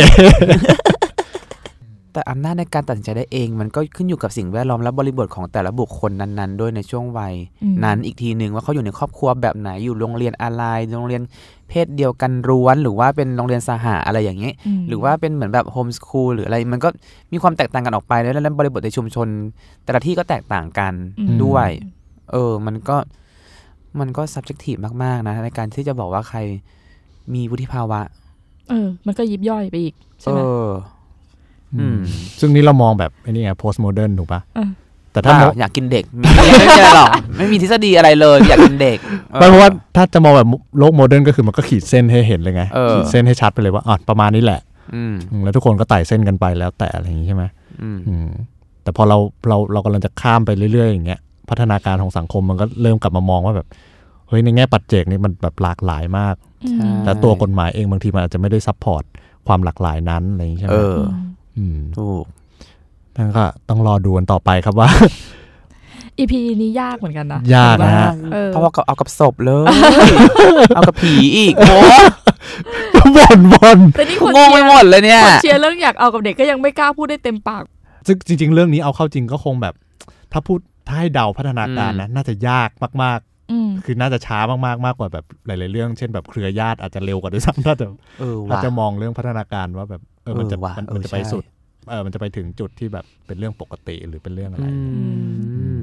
[SPEAKER 5] แต่อำนาจในการตัดสินใจได้เอง มันก็ขึ้นอยู่กับสิ่งแวดล้อมและบริบทของแต่ละบุคคลนั้นๆ ด้วยในช่วงวัย
[SPEAKER 4] อืม
[SPEAKER 5] นั้นอีกทีหนึ่งว่าเขาอยู่ในครอบครัวแบบไหนอยู่โรงเรียนอะไรโรงเรียนเพศเดียวกันร้วนหรือว่าเป็นโรงเรียนสหะอะไรอย่างเงี้ย
[SPEAKER 4] ม
[SPEAKER 5] หรือว่าเป็นเหมือนแบบโฮมสคูลหรืออะไรมันก็มีความแตกต่างกันออกไปแล้วแล้วบริบทในชุมชน แต่ละที่ก็แตกต่างกัน
[SPEAKER 4] อืม
[SPEAKER 5] ด้วย เออ มันก็มันก็ subjective มากๆ นะ ในการที่จะบอกว่าใครมีวุฒิภาวะ
[SPEAKER 4] เออ มันก็ยิบย่อยไปอีก
[SPEAKER 5] เอ
[SPEAKER 4] ใช่ไหม
[SPEAKER 5] อ อืม
[SPEAKER 2] ซึ่งนี่เรามองแบบไอ้นี่ไง post modern ถูกปะ
[SPEAKER 4] เออ
[SPEAKER 2] แต่ถ้า
[SPEAKER 5] ถ้าม
[SPEAKER 2] อง
[SPEAKER 5] อยากกินเด็กมีไม่ใช่หรอก ไม่มีทฤษฎีอะไรเลย อยากกินเด็กออ
[SPEAKER 2] ไม่เพราะว่าถ้าจะมองแบบโลกโมเดิร์นก็คือมันก็ขีดเส้นให้เห็นเลยไง
[SPEAKER 5] เออ
[SPEAKER 2] ขีดเส้นให้ชัดไปเลยว่าอ่ะประมาณนี้แหละ
[SPEAKER 5] อืม
[SPEAKER 2] อืมแล้วทุกคนก็ไต่เส้นกันไปแล้วแต่อะไรอย่างนี้ใช่ไหม
[SPEAKER 5] อืม
[SPEAKER 2] อืมแต่พอเราเราเรากำลังจะข้ามไปเรื่อยๆอย่างเงี้ยพัฒนาการของสังคมมันก็เริ่มกลับมามองว่าแบบเฮ้ยในแง่ปัจเจกนี่มันแบบหลากหลายมาก
[SPEAKER 4] อืม
[SPEAKER 5] ใช่
[SPEAKER 2] แต่ตัวกฎหมายเองบางทีมันอาจจะไม่ได้ซัพพอร์ตความหลากหลายนั้นอะไรอย่างนี้ใช่ไห
[SPEAKER 5] เอ
[SPEAKER 2] ม
[SPEAKER 5] อ
[SPEAKER 2] ม
[SPEAKER 5] ถูก
[SPEAKER 2] นั่นก็ต้องรอดูกันต่อไปครับว่า
[SPEAKER 4] อีพีนี้ยากเหมือนกันนะ
[SPEAKER 2] ยากนะฮะ
[SPEAKER 4] เออ
[SPEAKER 5] เพราะว่าเอากับศพเลย เอากับผีอีกโอ้
[SPEAKER 2] บ่นบ่น
[SPEAKER 4] แต่นี่
[SPEAKER 5] กู
[SPEAKER 4] คน
[SPEAKER 5] งง
[SPEAKER 4] เชี
[SPEAKER 5] ไป
[SPEAKER 4] ร์
[SPEAKER 5] หมดเลยเนี่ย
[SPEAKER 4] คนเชียร์เรื่องอยากเอากับเด็กก็ยังไม่กล้าพูดได้เต็มปาก
[SPEAKER 2] ซึ่งจริง ๆ เรื่องนี้เอาเข้าจริงก็คงแบบ ถ้าพูดถ้าให้เดาพัฒนาการนะน่าจะยากมาก
[SPEAKER 4] อืม
[SPEAKER 2] ๆ คือน่าจะช้ามากๆมากกว่าแบบหลาย ๆ เรื่อง เช่นแบบเครือญาติอาจจะเร็วกว่าด้วยซ้ำถ้า จะ
[SPEAKER 5] เออ
[SPEAKER 2] ถ้า
[SPEAKER 5] ว่ะ
[SPEAKER 2] จะมองเรื่องพัฒนาการว่าแบบเออมันจะ
[SPEAKER 5] เออว่ะ
[SPEAKER 2] มัน
[SPEAKER 5] เออ
[SPEAKER 2] มันจะไป
[SPEAKER 5] ใช่
[SPEAKER 2] สุดเออมันจะไปถึงจุดที่แบบเป็นเรื่องปกติหรือเป็นเรื่องอะไร
[SPEAKER 5] อื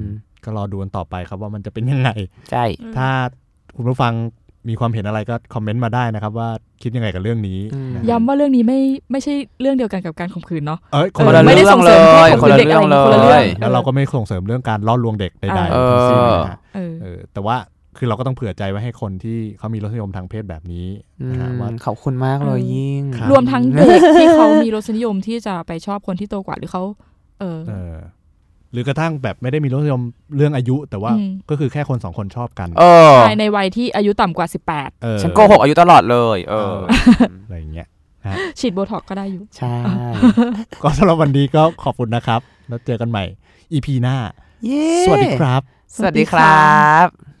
[SPEAKER 5] ม
[SPEAKER 2] ก็รอดูกันต่อไปครับว่ามันจะเป็นยังไง
[SPEAKER 5] ใช่
[SPEAKER 4] อืม
[SPEAKER 2] ถ้าคุณผู้ฟัง มีความเห็นอะไรก็คอมเมนต์มาได้นะครับ ว่าคิดยังไงกับเรื่องนี้
[SPEAKER 5] อืม
[SPEAKER 2] นะ
[SPEAKER 4] ย้ำว่าเรื่องนี้ไม่ไม่ใช่เรื่องเดียวกันกับการข่มขืนเนาะ
[SPEAKER 2] เอ้ยค
[SPEAKER 5] คน
[SPEAKER 2] น
[SPEAKER 5] ละ
[SPEAKER 2] ละ
[SPEAKER 5] เรื่
[SPEAKER 4] ไม่
[SPEAKER 2] เรื่อง
[SPEAKER 4] ได้
[SPEAKER 5] อง
[SPEAKER 4] ส่ง
[SPEAKER 5] เล
[SPEAKER 4] เสริม
[SPEAKER 5] ย
[SPEAKER 4] ให้
[SPEAKER 5] คนละ
[SPEAKER 4] เด็ก
[SPEAKER 5] เรื่องเล
[SPEAKER 4] อะไรคนละเรื่อย ง
[SPEAKER 2] แล้วเราก็ไม่ส่งเสริมเรื่องการล่อลวงเด็กใด
[SPEAKER 5] เออ
[SPEAKER 2] ๆทั้งสิ้นนะฮะ
[SPEAKER 4] เออ
[SPEAKER 2] เออแต่ว่าคือเราก็ต้องเผื่อใจไว้ให้คนที่เขามีรสนิยมทางเพศแบบนี้
[SPEAKER 5] อื
[SPEAKER 2] นะฮะ
[SPEAKER 5] ม
[SPEAKER 2] ว่า
[SPEAKER 5] ขอบคุณมากเลย
[SPEAKER 4] เออ
[SPEAKER 5] ยิ่ง
[SPEAKER 2] ครับ
[SPEAKER 4] รวมทั้งเด็กที่เขามีรสนิยมที่จะไปชอบคนที่โตกว่าหรือเขาเออ
[SPEAKER 2] เออหรือกระทั่งแบบไม่ได้มีรสนิยมเรื่องอายุ แต่ว่า
[SPEAKER 4] อืม
[SPEAKER 2] ก็คือแค่คนสองคนชอบกัน
[SPEAKER 5] เออ
[SPEAKER 4] ภายในวัยที่อายุต่ำกว่า
[SPEAKER 2] เออ
[SPEAKER 5] ฉันโกหกอายุตลอดเลย เออ
[SPEAKER 2] อะไรอย่างเงี้ย
[SPEAKER 4] 18 ฉีดโบท็อกก็ได้อยู่
[SPEAKER 5] ใช่
[SPEAKER 2] ก็สำหรับวันนี้ก็ขอบคุณนะครับ แล้วเจอกันใหม่ EP หน้า
[SPEAKER 5] เย้
[SPEAKER 2] สวัสดีครับ
[SPEAKER 5] สวัสดีครับ